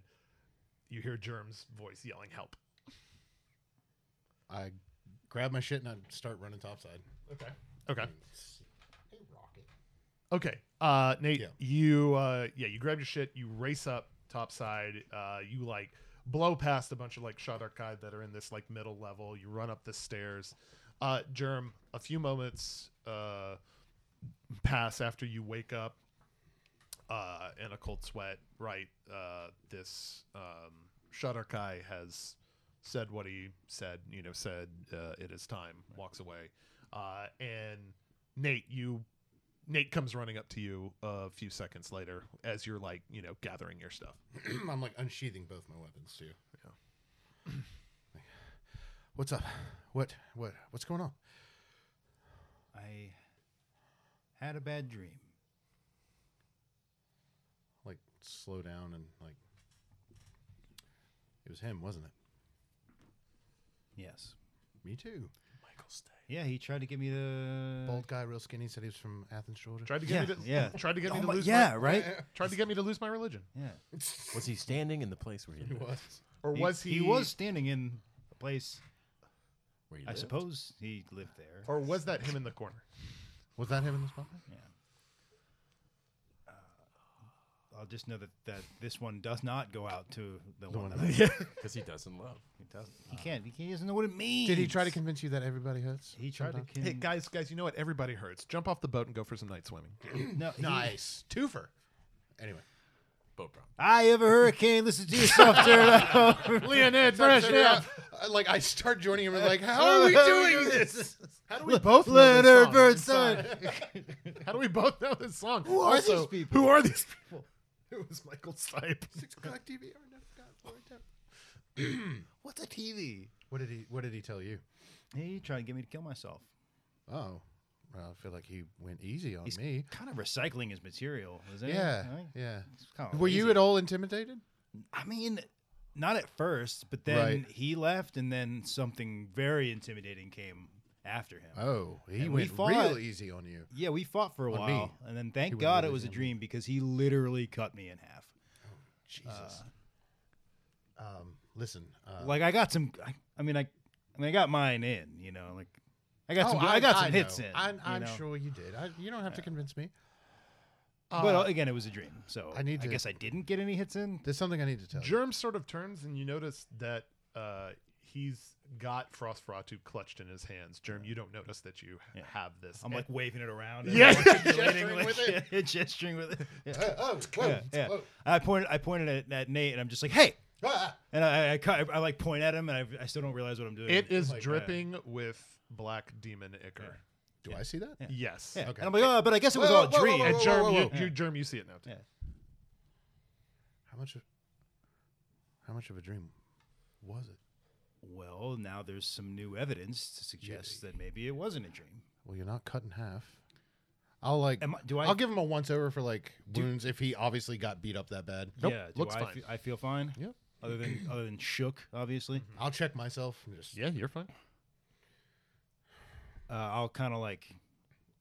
S4: You hear Germ's voice yelling, Help.
S3: I grab my shit and I start running topside.
S4: Okay. Okay.
S3: rocket.
S4: Okay, uh, Nate, you uh, yeah, you grab your shit, you race up topside, uh, you like blow past a bunch of like Shadarkai that are in this like middle level. You run up the stairs. Uh, Germ, a few moments uh, pass after you wake up uh, in a cold sweat. Right, uh, this um, Shadarkai has said what he said. You know, said uh, it is time. Walks away, uh, and Nate, you Nate comes running up to you a few seconds later as you're like, you know, gathering your stuff.
S3: I'm like unsheathing both my weapons too. Yeah. What's up? What what what's going on?
S1: I had a bad dream.
S3: Like slow down and like it was him, wasn't it?
S1: Yes.
S3: Me too.
S4: Michael Stay.
S1: Yeah, he tried to get me the
S3: bald guy, real skinny. Said he was from Athens, Georgia.
S4: Tried to get
S1: Yeah,
S4: me to
S1: yeah.
S4: tried to get me
S1: Oh
S4: to
S1: my-
S4: lose
S1: yeah,
S4: my,
S1: right?
S4: Tried to get me to lose my religion.
S1: Yeah.
S5: Was he standing in the place where he,
S4: He
S5: lived?
S4: was. Or was he-
S1: He was standing in the place.
S5: Where he
S1: I
S5: lived?
S1: suppose he lived there.
S4: Or was that him in the corner?
S3: Was that him in the spotlight?
S1: Yeah. I'll just know that, that this one does not go out to the, one, that I-
S5: because he doesn't love.
S1: He doesn't. He can't. He doesn't know what it means.
S3: Did he try to convince you that everybody hurts?
S1: He tried to
S4: Hey
S1: convince.
S4: guys, guys, you know what? Everybody hurts. Jump off the boat and go for some night swimming.
S1: No, he-
S3: nice twofer. Anyway,
S5: boat problem.
S1: I have a hurricane. Listen to yourself, turn
S3: Leonid,
S1: fresh up.
S3: Like I start joining him and like, how are we doing this? How do we
S1: Le-
S3: both know
S1: Leonard
S3: this song?
S1: Bernstein.
S4: How do we both know this song?
S3: Who are these
S4: Also,
S3: people?
S4: Who are these people? It was Michael Stipe.
S3: Six o'clock TV. What's a TV? What did he What did he tell you?
S1: He tried to get me to kill myself.
S3: Oh, well, I feel like he went easy on
S1: He's
S3: me.
S1: kind of recycling his material, isn't
S3: Yeah,
S1: it? Like,
S3: yeah.
S1: it's kinda
S3: Were you
S1: lazy.
S3: at all intimidated?
S1: I mean, not at first, but then
S3: Right.
S1: he left, and then something very intimidating came after him.
S3: Oh, he
S1: And we
S3: went
S1: fought.
S3: real easy on you.
S1: Yeah, we fought for a
S3: On me.
S1: while, and then
S3: He
S1: thank
S3: went
S1: God
S3: really
S1: it was a
S3: easy on me.
S1: dream because he literally cut me in half.
S3: Jesus. Um, listen, uh,
S1: like I got some. I, I mean, I, I mean, I got mine in. You know, like I got
S3: Oh,
S1: some. I, got some
S3: I
S1: hits
S3: know.
S1: in.
S3: I'm,
S1: you
S3: I'm
S1: know?
S3: sure you did. I, you don't have to convince me.
S1: but
S3: Uh,
S1: uh, again, it was a dream. So
S3: I need to-
S1: guess I didn't get any hits in.
S3: There's something I need to tell you.
S4: Germ sort of turns and you notice that uh, he's got Frostfratu clutched in his hands. Germ, you don't notice that you have this.
S3: Eh.
S1: I'm like waving it around. and
S4: Yeah.
S1: like, articulating,
S4: Gesturing
S1: like,
S4: with
S1: yeah, gesturing with it. Yeah.
S3: Oh, oh, whoa,
S1: yeah, yeah.
S3: whoa.
S1: I pointed. I pointed at, at Nate, and I'm just like, "Hey!"
S3: Ah.
S1: And I, I, cut- I, like point at him, and I, I still don't realize what I'm doing.
S4: It is
S1: Like, uh,
S4: dripping with black demon ichor.
S3: Do I see that?
S4: Yes.
S1: Yeah. And I'm like, "Oh, but I guess it was all a dream."
S4: and germ, you,
S1: Yeah.
S4: you germ, you see it now. Too.
S3: How much of how much of a dream was it?
S1: Well, now there's some new evidence to suggest that maybe it wasn't a dream.
S3: Well, you're not cut in half. I'll like.
S1: Am I- do I-
S3: I'll give him a once over for like
S1: Do-
S3: wounds if he obviously got beat up that bad.
S1: Yeah, do
S3: looks
S1: I,
S3: fine.
S1: fe- I feel fine.
S3: Yep.
S1: Other than other than shook, obviously.
S3: I'll check myself. and just-
S4: Yeah, you're fine.
S1: Uh, I'll kind of like.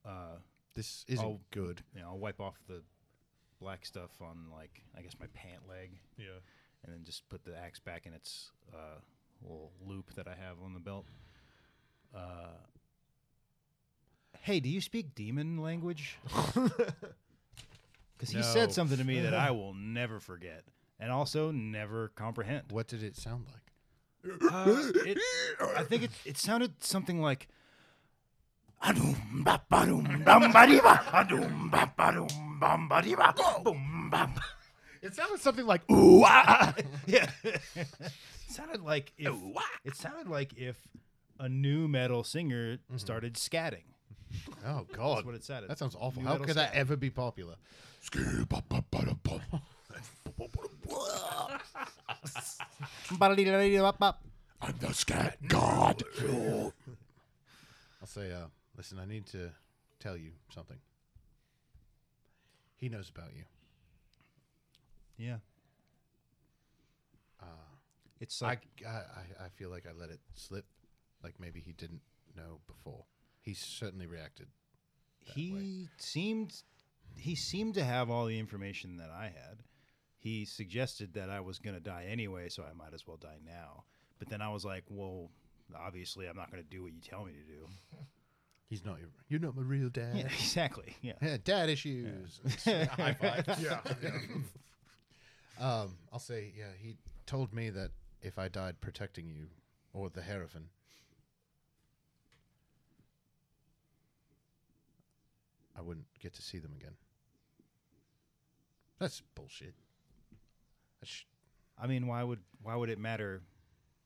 S1: Uh,
S3: this isn't
S1: I'll-
S3: good.
S1: You know, I'll wipe off the black stuff on like I guess my pant leg.
S4: Yeah.
S1: And then just put the axe back in its uh, little loop that I have on the belt. Uh, hey, do you speak demon language? Because he said
S3: No.
S1: something to me that I will never forget and also never comprehend.
S3: What did it sound like?
S1: Uh, it, I think it, it sounded something like.
S4: It sounded something like
S1: ooh ah. ah." yeah. it sounded like if it sounded like if a new metal singer started scatting.
S3: Oh God,
S6: That's what it said.
S3: That sounds awful.
S6: Nu
S3: How
S6: metal
S3: could that
S6: scat.
S3: ever be popular?
S11: I'm the scat god.
S3: I'll say, uh, listen, I need to tell you something. He knows about you.
S1: Yeah.
S3: Uh,
S1: it's
S3: like I, I, I feel like I let it slip, like maybe he didn't know before. He certainly reacted.
S1: he seemed he seemed to have all the information that I had. He suggested that I was going to die anyway, so I might as well die now. But then I was like, well, obviously I'm not going to do what you tell me to do.
S3: He's not your. You're not my real dad.
S1: Yeah, exactly. Yeah.
S3: dad issues. uh,
S1: Yeah.
S3: High five.
S1: Yeah,
S3: um, I'll say, yeah. He told me that if I died protecting you or the Hierophant, I wouldn't get to see them again. That's bullshit.
S1: I mean, why would why would it matter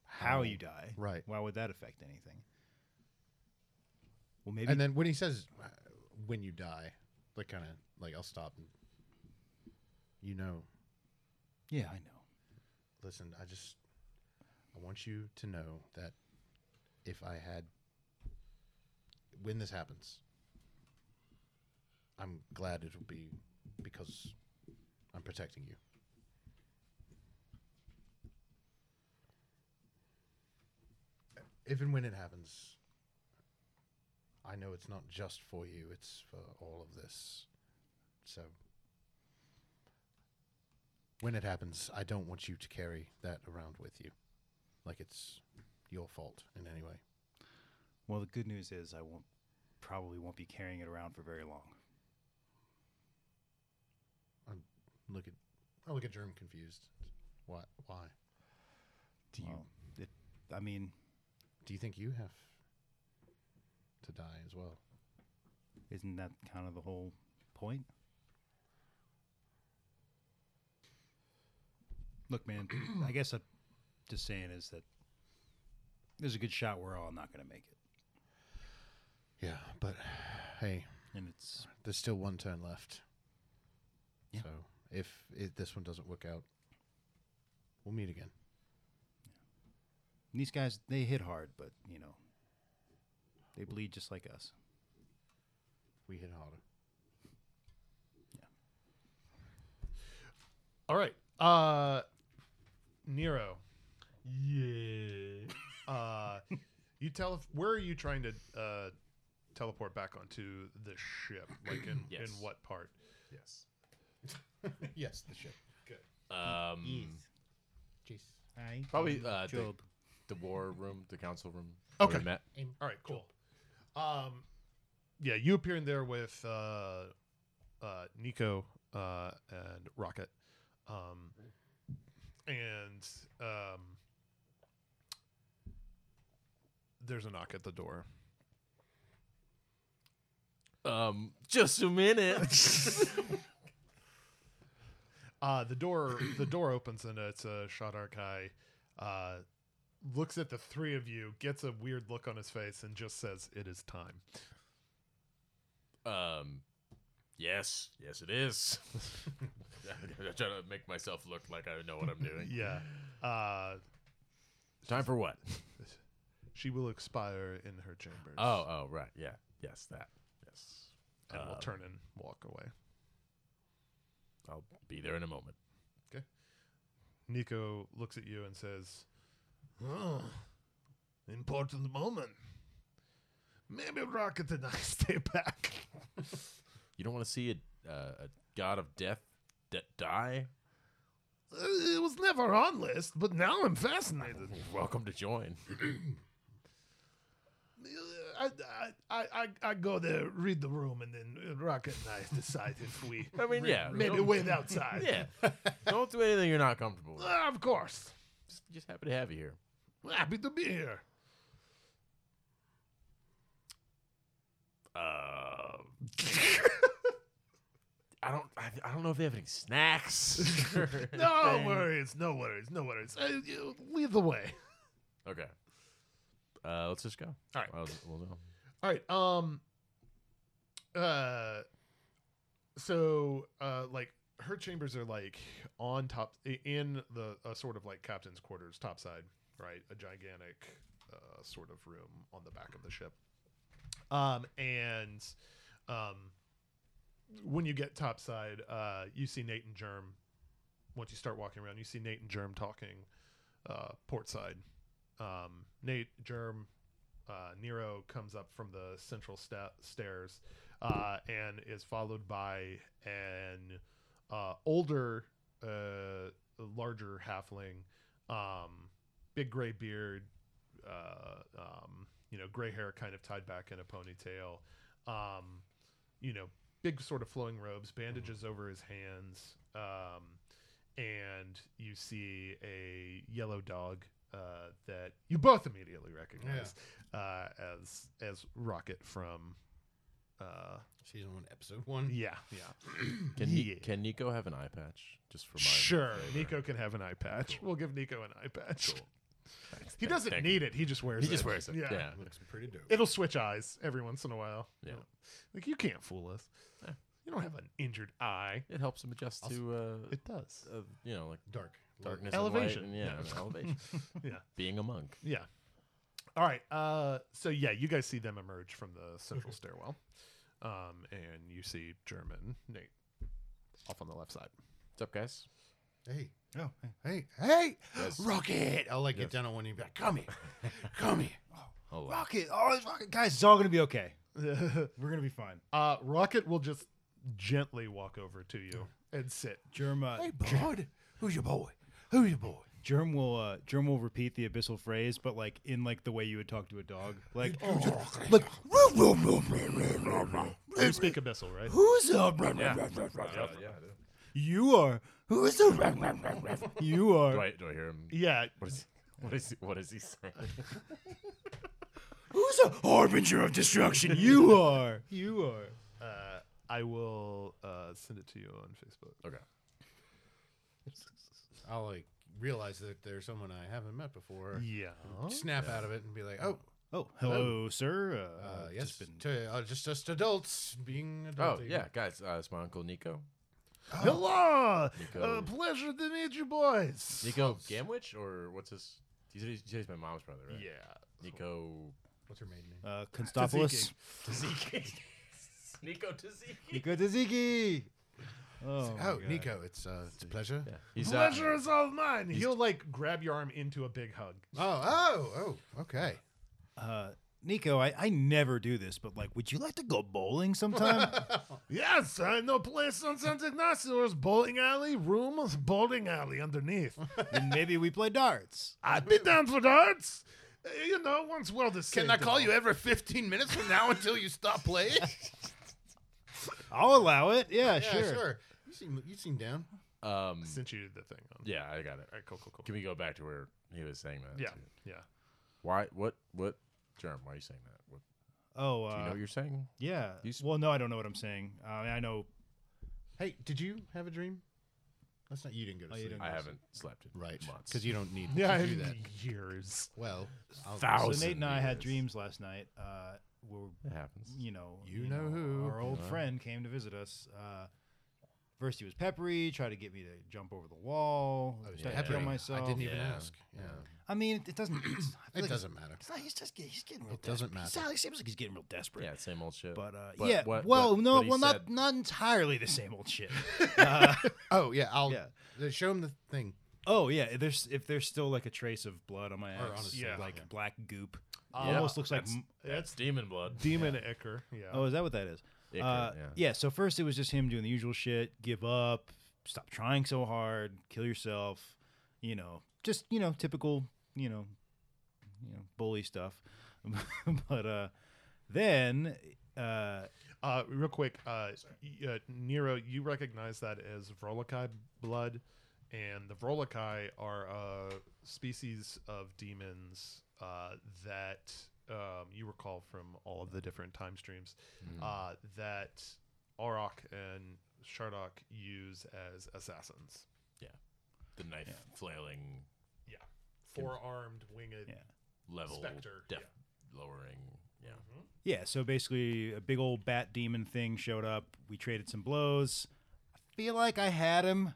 S1: how,
S3: How-
S1: you die?
S3: right.
S1: Why would that affect anything? Well, maybe.
S3: And then when he says, uh, "When you die," like kind of like I'll stop. And, you know,
S1: yeah, I know.
S3: listen, I just I want you to know that if I had when this happens, I'm glad it'll be because I'm protecting you. If and when it happens, I know it's not just for you, it's for all of this. So when it happens, I don't want you to carry that around with you. Like it's your fault in any way.
S1: Well, the good news is I won't probably won't be carrying it around for very long.
S3: Look at I look at Germ confused. Why why?
S1: Do you it, I mean
S3: Do you think you have to die as well?
S1: Isn't that kind of the whole point? Look, man, I guess I'm just saying is that there's a good shot we're all not going to make it.
S3: Yeah, but hey,
S1: and it's
S3: there's still one turn left.
S1: Yeah.
S3: So if it, this one doesn't work out, we'll meet again.
S1: And these guys, they hit hard, but, you know, they bleed just like us.
S3: We hit harder.
S4: All right. Uh Nero. Yeah. Uh you tell where are you trying to uh teleport back onto the ship? Like in
S5: Yes.
S4: in what part?
S5: Yes.
S3: yes, the ship.
S4: Good.
S5: Um,
S1: Mm.
S3: Jeez.
S5: Probably uh, the, the war room, the council room. where we
S4: Okay.
S5: Met.
S4: All right, cool. Um yeah, you appear in there with uh uh Nico uh and Rocket. Um and um there's a knock at the door.
S5: Um, just a minute.
S4: Uh, the door the door opens and it's a uh, shot archive. Uh, looks at the three of you, gets a weird look on his face, and just says, "It is time."
S5: um, yes, yes, it is. I try to make myself look like I know what I'm doing.
S4: yeah. Uh,
S5: Time for what?
S4: she will expire in her chambers.
S5: Oh, oh, right. Yeah. Yes, that. Yes.
S4: and we'll
S5: Um,
S4: turn and walk away.
S5: I'll be there in a moment.
S4: Okay. Nico looks at you and says,
S13: Oh, important moment. Maybe Rocket and I stay back. Uh,
S5: You don't want to see a, uh, a god of death that die?
S13: Uh, It was never on list, but now I'm fascinated.
S5: Welcome to join.
S13: I, I- I, I, I go there, read the room, and then Rocket and I decide if we.
S5: I mean, yeah.
S13: Maybe
S5: don't-
S13: wait outside.
S5: Yeah. don't do anything you're not comfortable with.
S13: Ah, of course.
S5: Just, just happy to have you here.
S13: Happy to be here.
S5: Uh, I don't. I, I don't know if they have any snacks. or
S13: No
S5: anything.
S13: worries, no worries, no worries. Uh, you, lead the way.
S5: Okay. Uh, let's just go.
S4: All right.
S5: I'll- we'll know.
S4: "All right, um, uh, so uh, like her chambers are like on top i- in the uh, sort of like captain's quarters, topside, right? A gigantic uh, sort of room on the back of the ship. Um, and um, when you get topside, uh, you see Nate and Germ. Once you start walking around, you see Nate and Germ talking uh, port side. Um, Nate, Germ, uh, Nero comes up from the central sta- stairs uh, and is followed by an uh, older, uh, larger halfling, um, big gray beard, uh, um, you know, gray hair kind of tied back in a ponytail, um, you know, big sort of flowing robes, bandages
S5: Mm-hmm.
S4: over his hands, um, and you see a yellow dog uh, that you both immediately recognize uh, as as Rocket from uh,
S3: season one, episode one.
S4: Yeah, yeah.
S5: Hmm. Can he, can Nico have an eye patch? Just for my
S4: Sure, Nico can have an eye patch. We'll give Nico an eye patch. He doesn't
S5: thank
S4: need it. He just wears it.
S5: He just wears it, yeah.
S3: Looks pretty dope.
S4: It'll switch eyes every once in a while.
S5: Yeah.
S4: Like you can't fool us. You don't have an injured eye.
S5: It helps him adjust to. Uh,
S4: it does.
S5: Uh, you know, like
S3: dark,
S5: darkness,
S4: Elevation.
S5: and light, and yeah,
S4: Yeah.
S5: elevation.
S4: Yeah.
S5: being a monk.
S4: Yeah. All right. Uh, so yeah, you guys see them emerge from the central stairwell, um, and you see German Nate off on the left side.
S5: What's up, guys?
S3: Hey. Oh, hey, hey,
S5: Yes.
S3: Rocket! I'll like
S5: Yes.
S3: get down on one knee and be like, "Come here, come here,
S5: Oh, wow.
S3: Rocket! Oh, it's Rocket, guys, it's all gonna be okay.
S4: We're
S3: gonna be fine."
S4: Uh, Rocket will just gently walk over to you and sit.
S1: Germ, uh,
S3: Hey, bud, who's your boy? Who's your boy?
S1: Germ will uh, Germ will repeat the abyssal phrase, but like in like the way you would talk to a dog, like like.
S4: You speak abyssal, right?
S1: Who's up?
S5: Yeah. Yeah, yeah, I do.
S1: You are. Who's up? You are.
S5: Do I, do I hear him?
S4: Yeah.
S5: What is what is what is he saying?
S1: Who's a
S4: harbinger of destruction? You are. You are. Uh, I will uh, send it to you on Facebook.
S5: Okay. Oh,
S3: I'll like realize that there's someone I haven't met before.
S4: Yeah.
S3: Snap
S4: Yeah.
S3: out of it and be like, "Oh,
S1: oh, hello, sir. Uh,
S3: Uh,
S1: just
S3: yes,
S1: been-
S3: to, uh, just just adults being
S5: Oh
S3: adult.
S5: yeah, guys, uh, it's my uncle Nico.
S4: Hello.
S5: Nico.
S9: Oh.
S4: Uh, pleasure to meet you, boys.
S5: Nico Gamwich or what's his? He said he's, he said he's my mom's brother, right?
S4: Yeah.
S5: Nico.
S3: What's her maiden name?
S1: Uh, Konstopoulos.
S5: Tzatziki. Nico Tzatziki.
S1: Nico Tzatziki. Oh,
S3: Oh,
S1: my God.
S3: Nico, it's uh, it's a pleasure.
S5: He's, uh,
S4: pleasure is all mine. He'll like grab your arm into a big hug.
S3: Oh, oh, oh, okay.
S1: Uh, Nico, I, I never do this, but like, would you like to go bowling sometime?
S4: Yes, I know place on San Ignacio's bowling alley, room bowling alley underneath.
S1: and maybe we play darts.
S4: I'd be down for darts. Uh, You know, once well
S9: Can
S4: decided.
S9: I call you every 15 minutes from now until you stop playing?
S1: I'll allow it. Yeah, sure.
S3: You seem you seem down.
S5: Um,
S4: sent you the thing. On.
S5: Yeah, I got it.
S4: All right, cool, cool, cool.
S5: Can we go back to where he was saying that?
S4: Yeah,
S5: too?
S4: yeah.
S5: Why? What? What? Germ? Why are you saying that? What?
S1: Oh,
S5: Do
S1: uh,
S5: you know what you're saying?
S1: Yeah.
S5: You s-
S1: well, no, I don't know what I'm saying. I, mean, I know.
S3: Hey, did you have a dream? That's not you didn't go to
S1: Oh, you
S3: sleep.
S1: didn't
S5: I haven't slept in
S3: Right,
S5: months
S3: because you don't need
S4: Yeah,
S3: to
S4: I-
S3: do that.
S4: years.
S3: Well, I'll-
S1: So Nate
S5: Thousand
S1: and I had
S5: years.
S1: dreams last night. Uh, where
S5: It happens.
S1: you know,
S3: You know who.
S1: our old
S5: Yeah.
S1: friend came to visit us. Uh, first he was peppery, tried to get me to jump over the wall.
S3: I was
S1: tried to
S3: peppery.
S1: kill
S3: I
S1: myself.
S3: didn't even
S5: Yeah.
S3: ask. Yeah.
S1: I mean, it, it doesn't. It's, I feel like
S3: It
S1: it's-
S3: doesn't matter.
S1: It's not, he's just get- he's getting real.
S3: It doesn't
S1: desperate. He's
S3: matter.
S1: not- He seems like he's getting real desperate.
S5: Yeah, same old shit.
S1: But, uh,
S5: But
S1: yeah,
S5: what-
S1: well,
S5: what-
S1: no,
S5: what he
S1: well, not
S5: said-
S1: not entirely the same old shit. uh,
S3: Oh yeah, I'll
S1: Yeah.
S3: they show him the thing.
S1: oh yeah, if there's if there's still like a trace of blood on my
S3: Or on
S1: axe,
S3: his Yeah.
S1: like black goop,
S5: Yeah,
S1: almost looks like.
S5: that's,
S1: m-
S5: that's demon blood.
S4: Demon Icker. Yeah.
S1: Oh, is that what that is?
S5: Icker,
S1: uh,
S5: yeah.
S1: So first it was just him doing the usual shit: give up, stop trying so hard, kill yourself. You know, just you know, typical you know, you know, bully stuff. but uh, then uh,
S4: Uh, real quick, uh, y- uh, Nero, you recognize that as Vrolokai blood, and the Vrolokai are a species of demons uh, that um, you recall from all of the different time streams uh, that Auroch and Shardok use as assassins.
S5: Yeah. The knife flailing
S4: Yeah, four armed, winged.
S1: yeah,
S5: level
S4: Spectre,
S5: def- lowering Yeah.
S1: Yeah, so basically, a big old bat demon thing showed up. We traded some blows. I feel like I had him,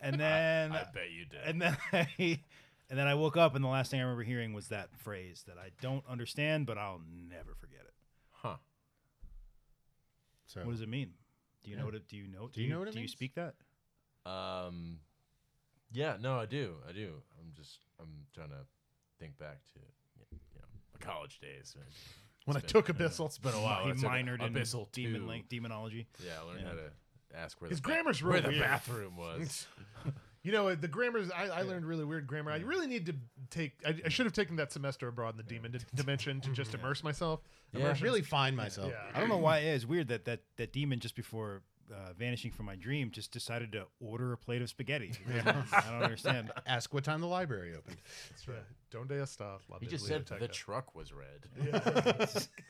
S1: and then
S5: I bet you did.
S1: And then I, and then I woke up, and the last thing I remember hearing was that phrase that I don't understand, but I'll never forget it.
S5: Huh?
S1: So what does it mean? Do you
S5: Yeah.
S1: know what it? Do you know?
S5: Do you know what it
S1: Do
S5: means?
S1: you speak that?
S5: Um, yeah, no, I do, I do. I'm just, I'm trying to think back to, you know, my college days. man.
S4: When
S5: It's
S4: I
S5: been-
S4: took Abyssal.
S5: it's been Oh, a while.
S1: He
S5: I took
S1: minored in
S5: Abyssal
S1: demon
S5: too.
S1: lang- demonology.
S5: Yeah, I learned
S1: Yeah.
S5: how to ask where
S4: His
S5: the ba-
S4: grammar's
S5: where
S4: real
S5: the
S4: weird.
S5: bathroom was.
S4: You know, the grammar's, I, I learned really weird grammar. I really need to take, I, I should have taken that semester abroad in the demon d- dimension to just immerse myself. Immersion.
S3: really find myself.
S4: Yeah.
S1: I don't know why it is weird that that, that demon just before uh, vanishing from my dream just decided to order a plate of spaghetti. I don't understand.
S3: Ask what time the library opened.
S4: That's right. Donde está la
S5: He just said
S4: biblioteca?
S5: the truck was red.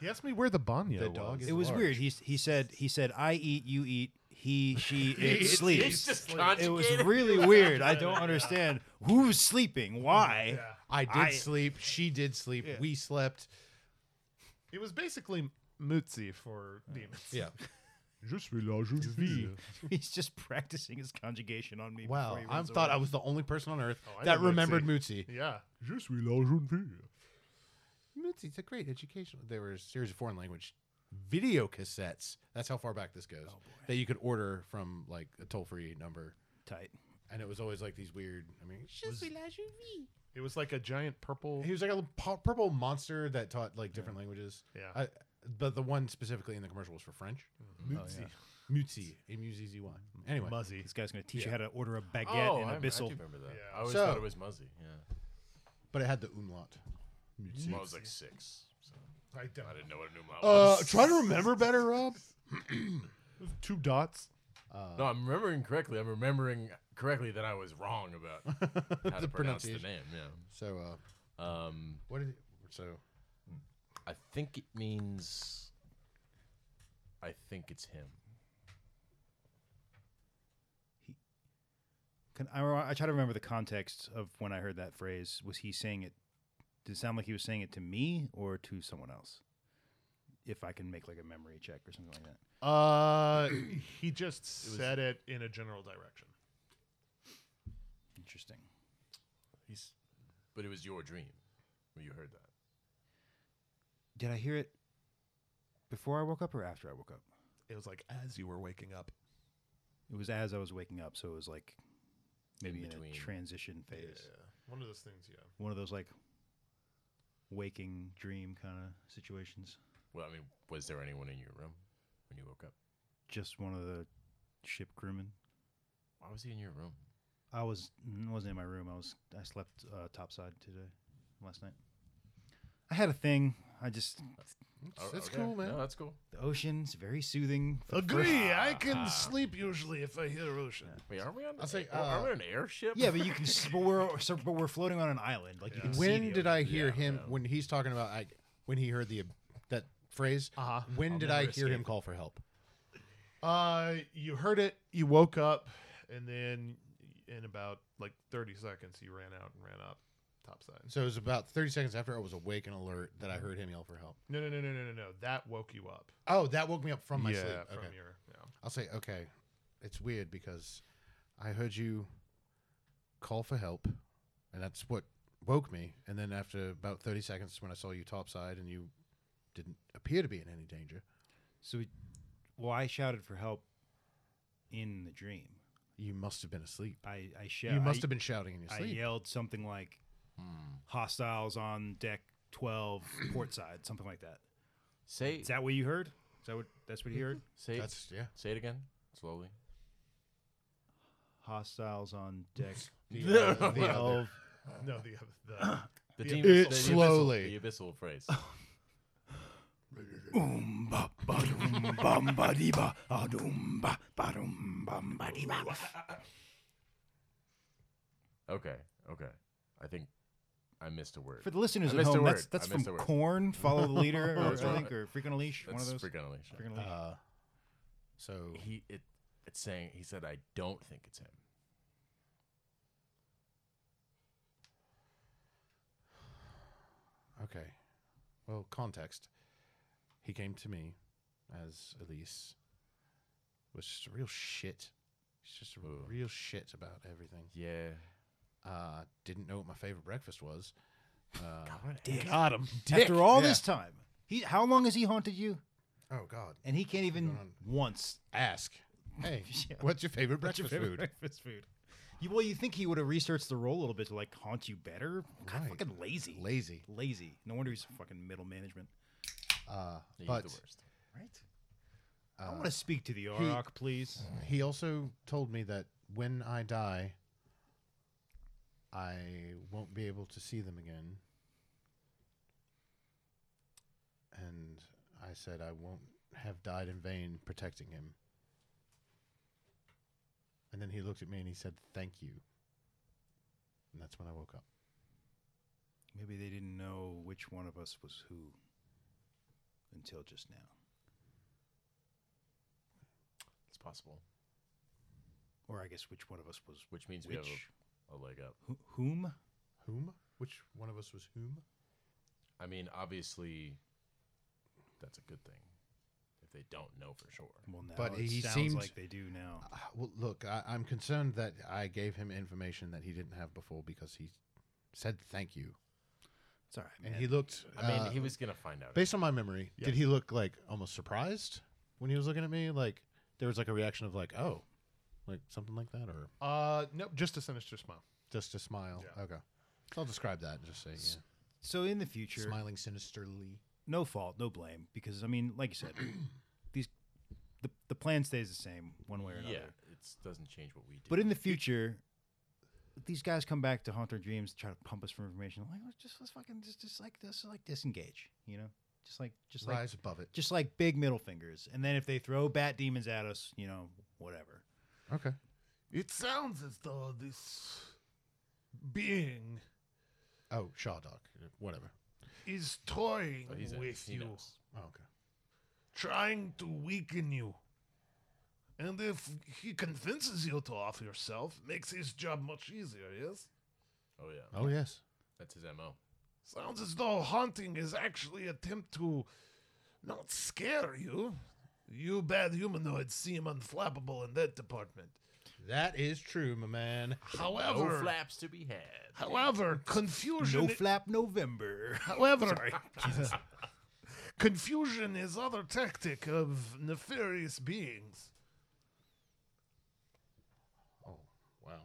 S4: He asked me where the banya
S1: The
S4: was.
S1: dog It was weird. He s- he said he said I eat, you eat, he she it
S4: eats,
S1: sleeps.
S4: he's just
S1: it was
S4: conjugated.
S1: really weird. I don't understand who's sleeping, why.
S3: I did sleep. She did sleep.
S4: Yeah.
S3: We slept.
S4: It was basically Mootsie for demons.
S3: Yeah.
S4: Just relax, just
S1: He's just practicing his conjugation on me.
S3: Wow.
S1: before he
S3: I
S1: runs
S3: thought I
S1: away.
S3: was the only person on earth
S4: Oh, I
S3: that
S4: know Mootsie.
S3: remembered Mootsie.
S4: Yeah.
S3: Je suis la jeune Mootsie's a great educational. There were a series of foreign language video cassettes. That's how far back this goes. That you could order from like a toll free number.
S1: Tight.
S3: And it was always like these weird. I mean,
S4: It was like a giant purple.
S3: He was like a little pu- purple monster that taught like different languages.
S4: Yeah.
S3: I, but the one specifically in the commercial was for French.
S4: Mhm. Oh, yeah.
S3: Mutsi. M U Z Z Y. Anyway.
S4: Muzzy.
S1: This guy's going to teach
S3: Yeah.
S1: you how to order a baguette
S5: oh,
S1: and
S5: I,
S1: a
S5: I
S1: bissel.
S5: do remember that.
S4: Yeah.
S5: I always
S3: So-
S5: thought it was Muzzy. Yeah.
S3: But it had the umlaut. Mutsi.
S5: Well, I was like six. So
S4: I, don't.
S5: didn't know what a pneumo
S3: Uh,
S5: was.
S3: try to remember better, Rob.
S4: Two dots.
S5: no, I'm remembering correctly. I'm remembering correctly that I was wrong about how to pronounce the name. Yeah.
S3: So, uh,
S5: Um,
S3: what is it? So,
S5: I think it means. I think it's him.
S1: Can, I, I try to remember the context of when I heard that phrase. Was he saying it? Did it sound like he was saying it to me or to someone else? If I can make like a memory check or something like that.
S4: Uh, he just
S1: It was-
S4: said it in a general direction.
S1: Interesting.
S5: He's, but it was your dream when you heard that.
S1: Did I hear it before I woke up or after I woke up?
S4: It was like as you were waking up.
S1: It was as I was waking up, so it was like maybe in,
S5: between.
S1: a transition phase.
S4: One of those things, yeah.
S1: One of those like waking dream kind of situations.
S5: Well, I mean, was there anyone in your room when you woke up?
S1: Just one of the ship crewmen.
S5: Why was he in your room?
S1: I was n- wasn't in my room. I was I slept uh, topside today, last night. I had a thing. I just
S5: Oh,
S3: that's
S5: okay.
S3: cool, man.
S5: No, that's cool.
S1: the ocean's very soothing. for the first-
S13: Agree. I can sleep usually if I hear ocean.
S5: Wait, aren't we on?
S3: I'll say,
S5: a- are we
S3: uh,
S5: on an airship?
S1: Yeah, but you can. s- but we're so- but we're floating on an island. Like you can. see the
S3: when did I
S1: ocean.
S3: hear him? When he's talking about I, when he heard the that phrase. Uh-huh. When
S4: I'll
S3: did I
S4: never
S3: hear
S4: escape.
S3: him call for help?
S4: Uh, you heard it. You woke up, and then in about like 30 seconds, you ran out and ran up topside.
S3: So it was about thirty seconds after I was awake and alert that I heard him yell for help.
S4: No, no, no, no, no, no, no. That woke you up.
S3: Oh, that woke me up from my
S4: yeah,
S3: sleep.
S4: from
S3: Okay.
S4: your. Yeah.
S3: I'll say, okay, it's weird because I heard you call for help, and that's what woke me. And then after about 30 seconds, when I saw you topside and you didn't appear to be in any danger.
S1: So, we, well, I shouted for help in the dream.
S3: You must have been asleep.
S1: I I shout.
S3: You must
S1: I-
S3: have been shouting in your
S1: I
S3: sleep.
S1: yelled something like "hostiles on deck twelve, port side," something like that.
S5: Say
S1: Is that what you heard? Is that what? That's what you heard.
S5: say
S3: That's yeah.
S5: say it again slowly.
S1: Hostiles on deck
S3: The other- the
S1: twelve.
S4: Uh, No, the other. The, the
S5: The demon,
S4: other-
S5: the,
S3: slowly.
S5: the abyssal, the abyssal phrase.
S11: Oomba badoom bam ba dee ba adoom ba badoom bam ba dee ba.
S5: okay, okay. I think I missed a word.
S1: For the listeners
S5: I
S1: at
S5: missed a
S1: home,
S5: word.
S1: that's that's
S5: I missed
S1: from
S5: a word.
S1: Corn, Follow the Leader,
S5: I
S1: or, I
S5: was wrong.
S1: think, or Freak on a Leash, one of
S5: That's
S1: those.
S5: Freak on a Leash, yeah.
S1: Freak on a Leash.
S3: Uh, so
S5: He it it's saying he said I don't think it's him.
S3: okay, well, context. He came to me as Elise. Was just a real shit. She's just a real shit about everything.
S5: Yeah.
S3: Uh, didn't know what my favorite breakfast was. Uh,
S1: Dick.
S3: Got him.
S1: After all
S3: Yeah.
S1: this time, he how long has he haunted you?
S3: Oh God!
S1: And he can't even once
S3: ask. Hey,
S1: Yeah.
S3: what's your favorite
S1: What's
S3: breakfast
S1: favorite
S3: food?
S1: breakfast food. You, well, you think he would have researched the role a little bit to like haunt you better? God, fucking lazy,
S3: lazy,
S1: lazy. No wonder he's fucking middle management.
S3: Uh,
S1: he's
S3: but
S1: the worst. Right? I
S5: Uh,
S1: wanna speak to the Auroch, please.
S3: He also told me that when I die, I won't be able to see them again. And I said I won't have died in vain protecting him. And then he looked at me and he said, Thank you. And that's when I woke up.
S1: Maybe they didn't know which one of us was who until just now.
S5: It's possible.
S1: Or I guess which one of us was
S5: Which means we have
S1: which?
S5: a, a leg up.
S1: Wh- whom?
S3: Whom? Which one of us was whom?
S5: I mean, obviously, that's a good thing if they don't know for sure.
S1: Well, now
S3: but
S1: it
S3: he
S1: sounds
S3: seems
S1: like they do now.
S3: Uh, well, look, I, I'm concerned that I gave him information that he didn't have before because he said thank you.
S1: It's all right.
S3: And he looked.
S5: I mean,
S3: uh,
S5: he was gonna find out.
S3: Based on my memory,
S5: Yeah.
S3: did he look like almost surprised when he was looking at me? Like there was like a reaction of like, oh, like something like that, or
S4: Uh, nope, just a sinister smile.
S3: just a smile. Okay, so I'll describe that and just say, yeah,
S1: So in the future,
S3: smiling sinisterly.
S1: no fault, no blame, because I mean, like you said, these the the plan stays the same one way or another.
S5: Yeah, it doesn't change what we do.
S1: But in the future, these guys come back to haunt our dreams, try to pump us for information. Like let's just let's fucking just just like this, like disengage, you know, just like just like,
S3: Rise above it.
S1: just like big middle fingers. And then if they throw bat demons at us, you know, whatever.
S3: Okay.
S13: It sounds as though this being
S3: Oh, Shawdog, whatever.
S13: is toying
S3: Oh, he's a-
S13: with
S3: he
S13: you.
S3: knows. Oh, okay.
S13: Trying to weaken you. And if he convinces you to off yourself, makes his job much easier, yes?
S5: Oh yeah.
S3: Oh yes.
S5: That's his mo.
S13: Sounds as though haunting is actually attempt to not scare you. You bad humanoids seem unflappable in that department.
S3: That is true, my man.
S13: However,
S5: no flaps to be had.
S13: However, confusion.
S1: No flap November.
S13: However,
S1: Sorry.
S13: confusion is other tactic of nefarious beings.
S3: Wow.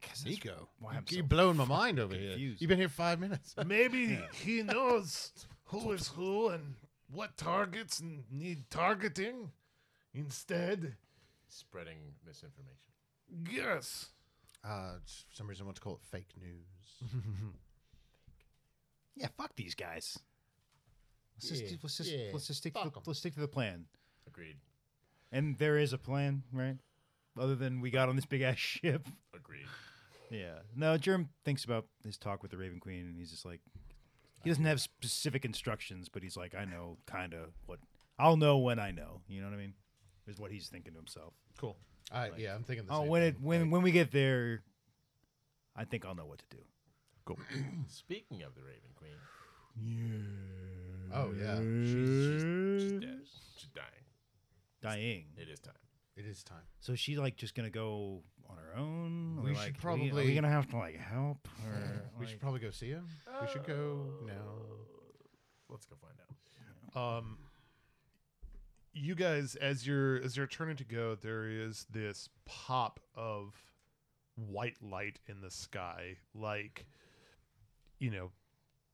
S1: Guess that's
S3: Nico,
S1: why
S3: you
S1: I'm
S3: keep
S1: so
S3: blowing my mind over here.
S1: confused.
S3: You've been here five minutes.
S13: Maybe he knows who is who and what targets n- need targeting. Instead,
S5: Spreading misinformation.
S13: yes.
S3: Uh, s- for some reason, I want to call it fake news.
S1: Yeah, fuck these guys. Let's
S3: Yeah,
S1: just let's just
S3: yeah,
S1: let's just stick to the, let's stick to the plan.
S5: Agreed.
S1: And there is a plan, right? Other than we got on this big ass ship.
S5: Agreed.
S1: Yeah. No, Jerm thinks about his talk with the Raven Queen, and he's just like, he doesn't have specific instructions, but he's like, I know kind of what I'll know when I know. You know what I mean? Is what he's thinking to himself.
S4: Cool.
S3: I, yeah, I'm thinking the
S1: Oh,
S3: same
S1: when
S3: thing.
S1: it when when we get there, I think I'll know what to do. Cool.
S5: Speaking of the Raven Queen,
S3: Oh yeah,
S5: she's, she's, she's dead. She's dying.
S1: Dying.
S5: It is time.
S3: it is time.
S1: So is she like just gonna go on her own? Or,
S3: We should
S1: like, are we- Are we
S3: probably-
S1: gonna have to like help? Or,
S3: we should
S1: like-
S3: probably go see him. We should go now.
S5: Let's go find out.
S4: Um, you guys, as you're as you're turning to go, there is this pop of white light in the sky, like you know,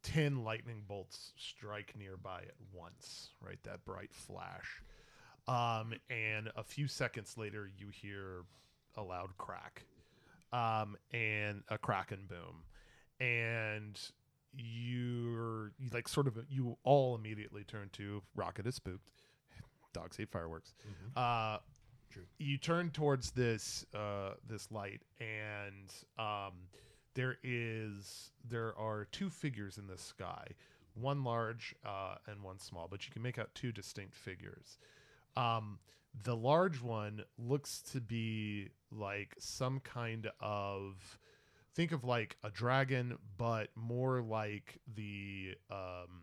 S4: ten lightning bolts strike nearby at once. Right, that bright flash. Um, and a few seconds later, you hear a loud crack, um, and a crack and boom, and you're you, like sort of you all immediately turn to rocket is spooked dogs hate fireworks uh you turn towards this uh this light and um there is there are two figures in the sky one large uh and one small but you can make out two distinct figures um the large one looks to be like some kind of think of like a dragon, but more like the um,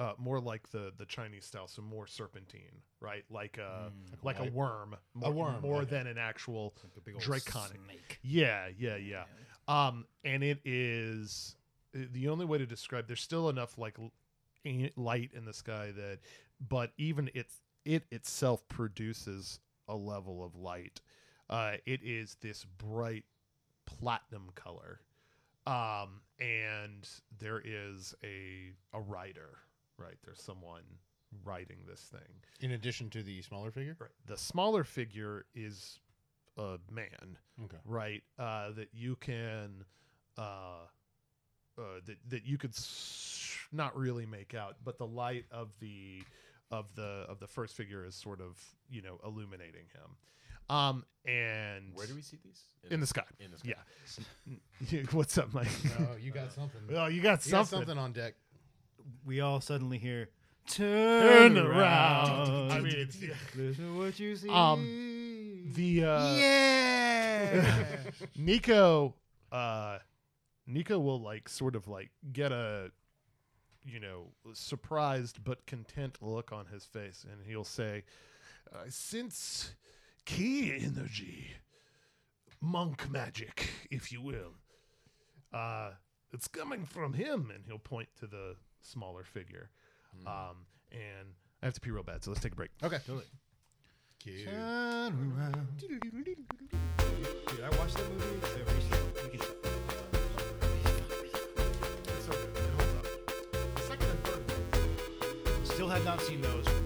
S4: uh, more like the the Chinese style, so more serpentine, right? Like uh, a
S1: hmm.
S3: Mm.
S4: like a
S3: Like-
S4: worm,
S3: a
S4: more,
S3: worm,
S4: more
S3: okay.
S4: than an actual
S3: Like a big old
S4: draconic.
S3: snake.
S4: Yeah, yeah, yeah. Um, and it is uh, the only way to describe. There's still enough like l- an- light in the sky that, but even it's it itself produces a level of light. Uh, it is this bright platinum color, um, and there is a a rider. Right, there's someone riding this thing.
S3: In addition to the smaller figure,
S4: Right. The smaller figure is a man,
S3: Okay.
S4: right? Uh, that you can, uh, uh, that that you could s- not really make out, but the light of the of the of the first figure is sort of you know illuminating him. Um, and
S5: Where do we see these?
S4: In, the sky.
S5: In the sky.
S4: Yeah. What's up, Mike?
S3: Oh, you got something.
S4: Oh, you got something.
S3: something on deck.
S1: We all suddenly hear, turn,
S4: Turn around."
S1: around.
S4: I mean, it's-
S1: Listen to what you see.
S4: Um, the uh,
S1: Yeah!
S4: Nico, uh, Nico will like sort of like get a, you know, surprised but content look on his face, and he'll say, "Uh,
S13: I sense key energy, monk magic, if you will.
S4: uh, it's coming from him, and he'll point to the smaller figure. Um, and I have to pee real bad, so let's take a break.
S3: Okay,
S4: totally.
S3: Cute.
S1: Turn around.
S6: Dude, I watched that movie so recently. Still have not seen those.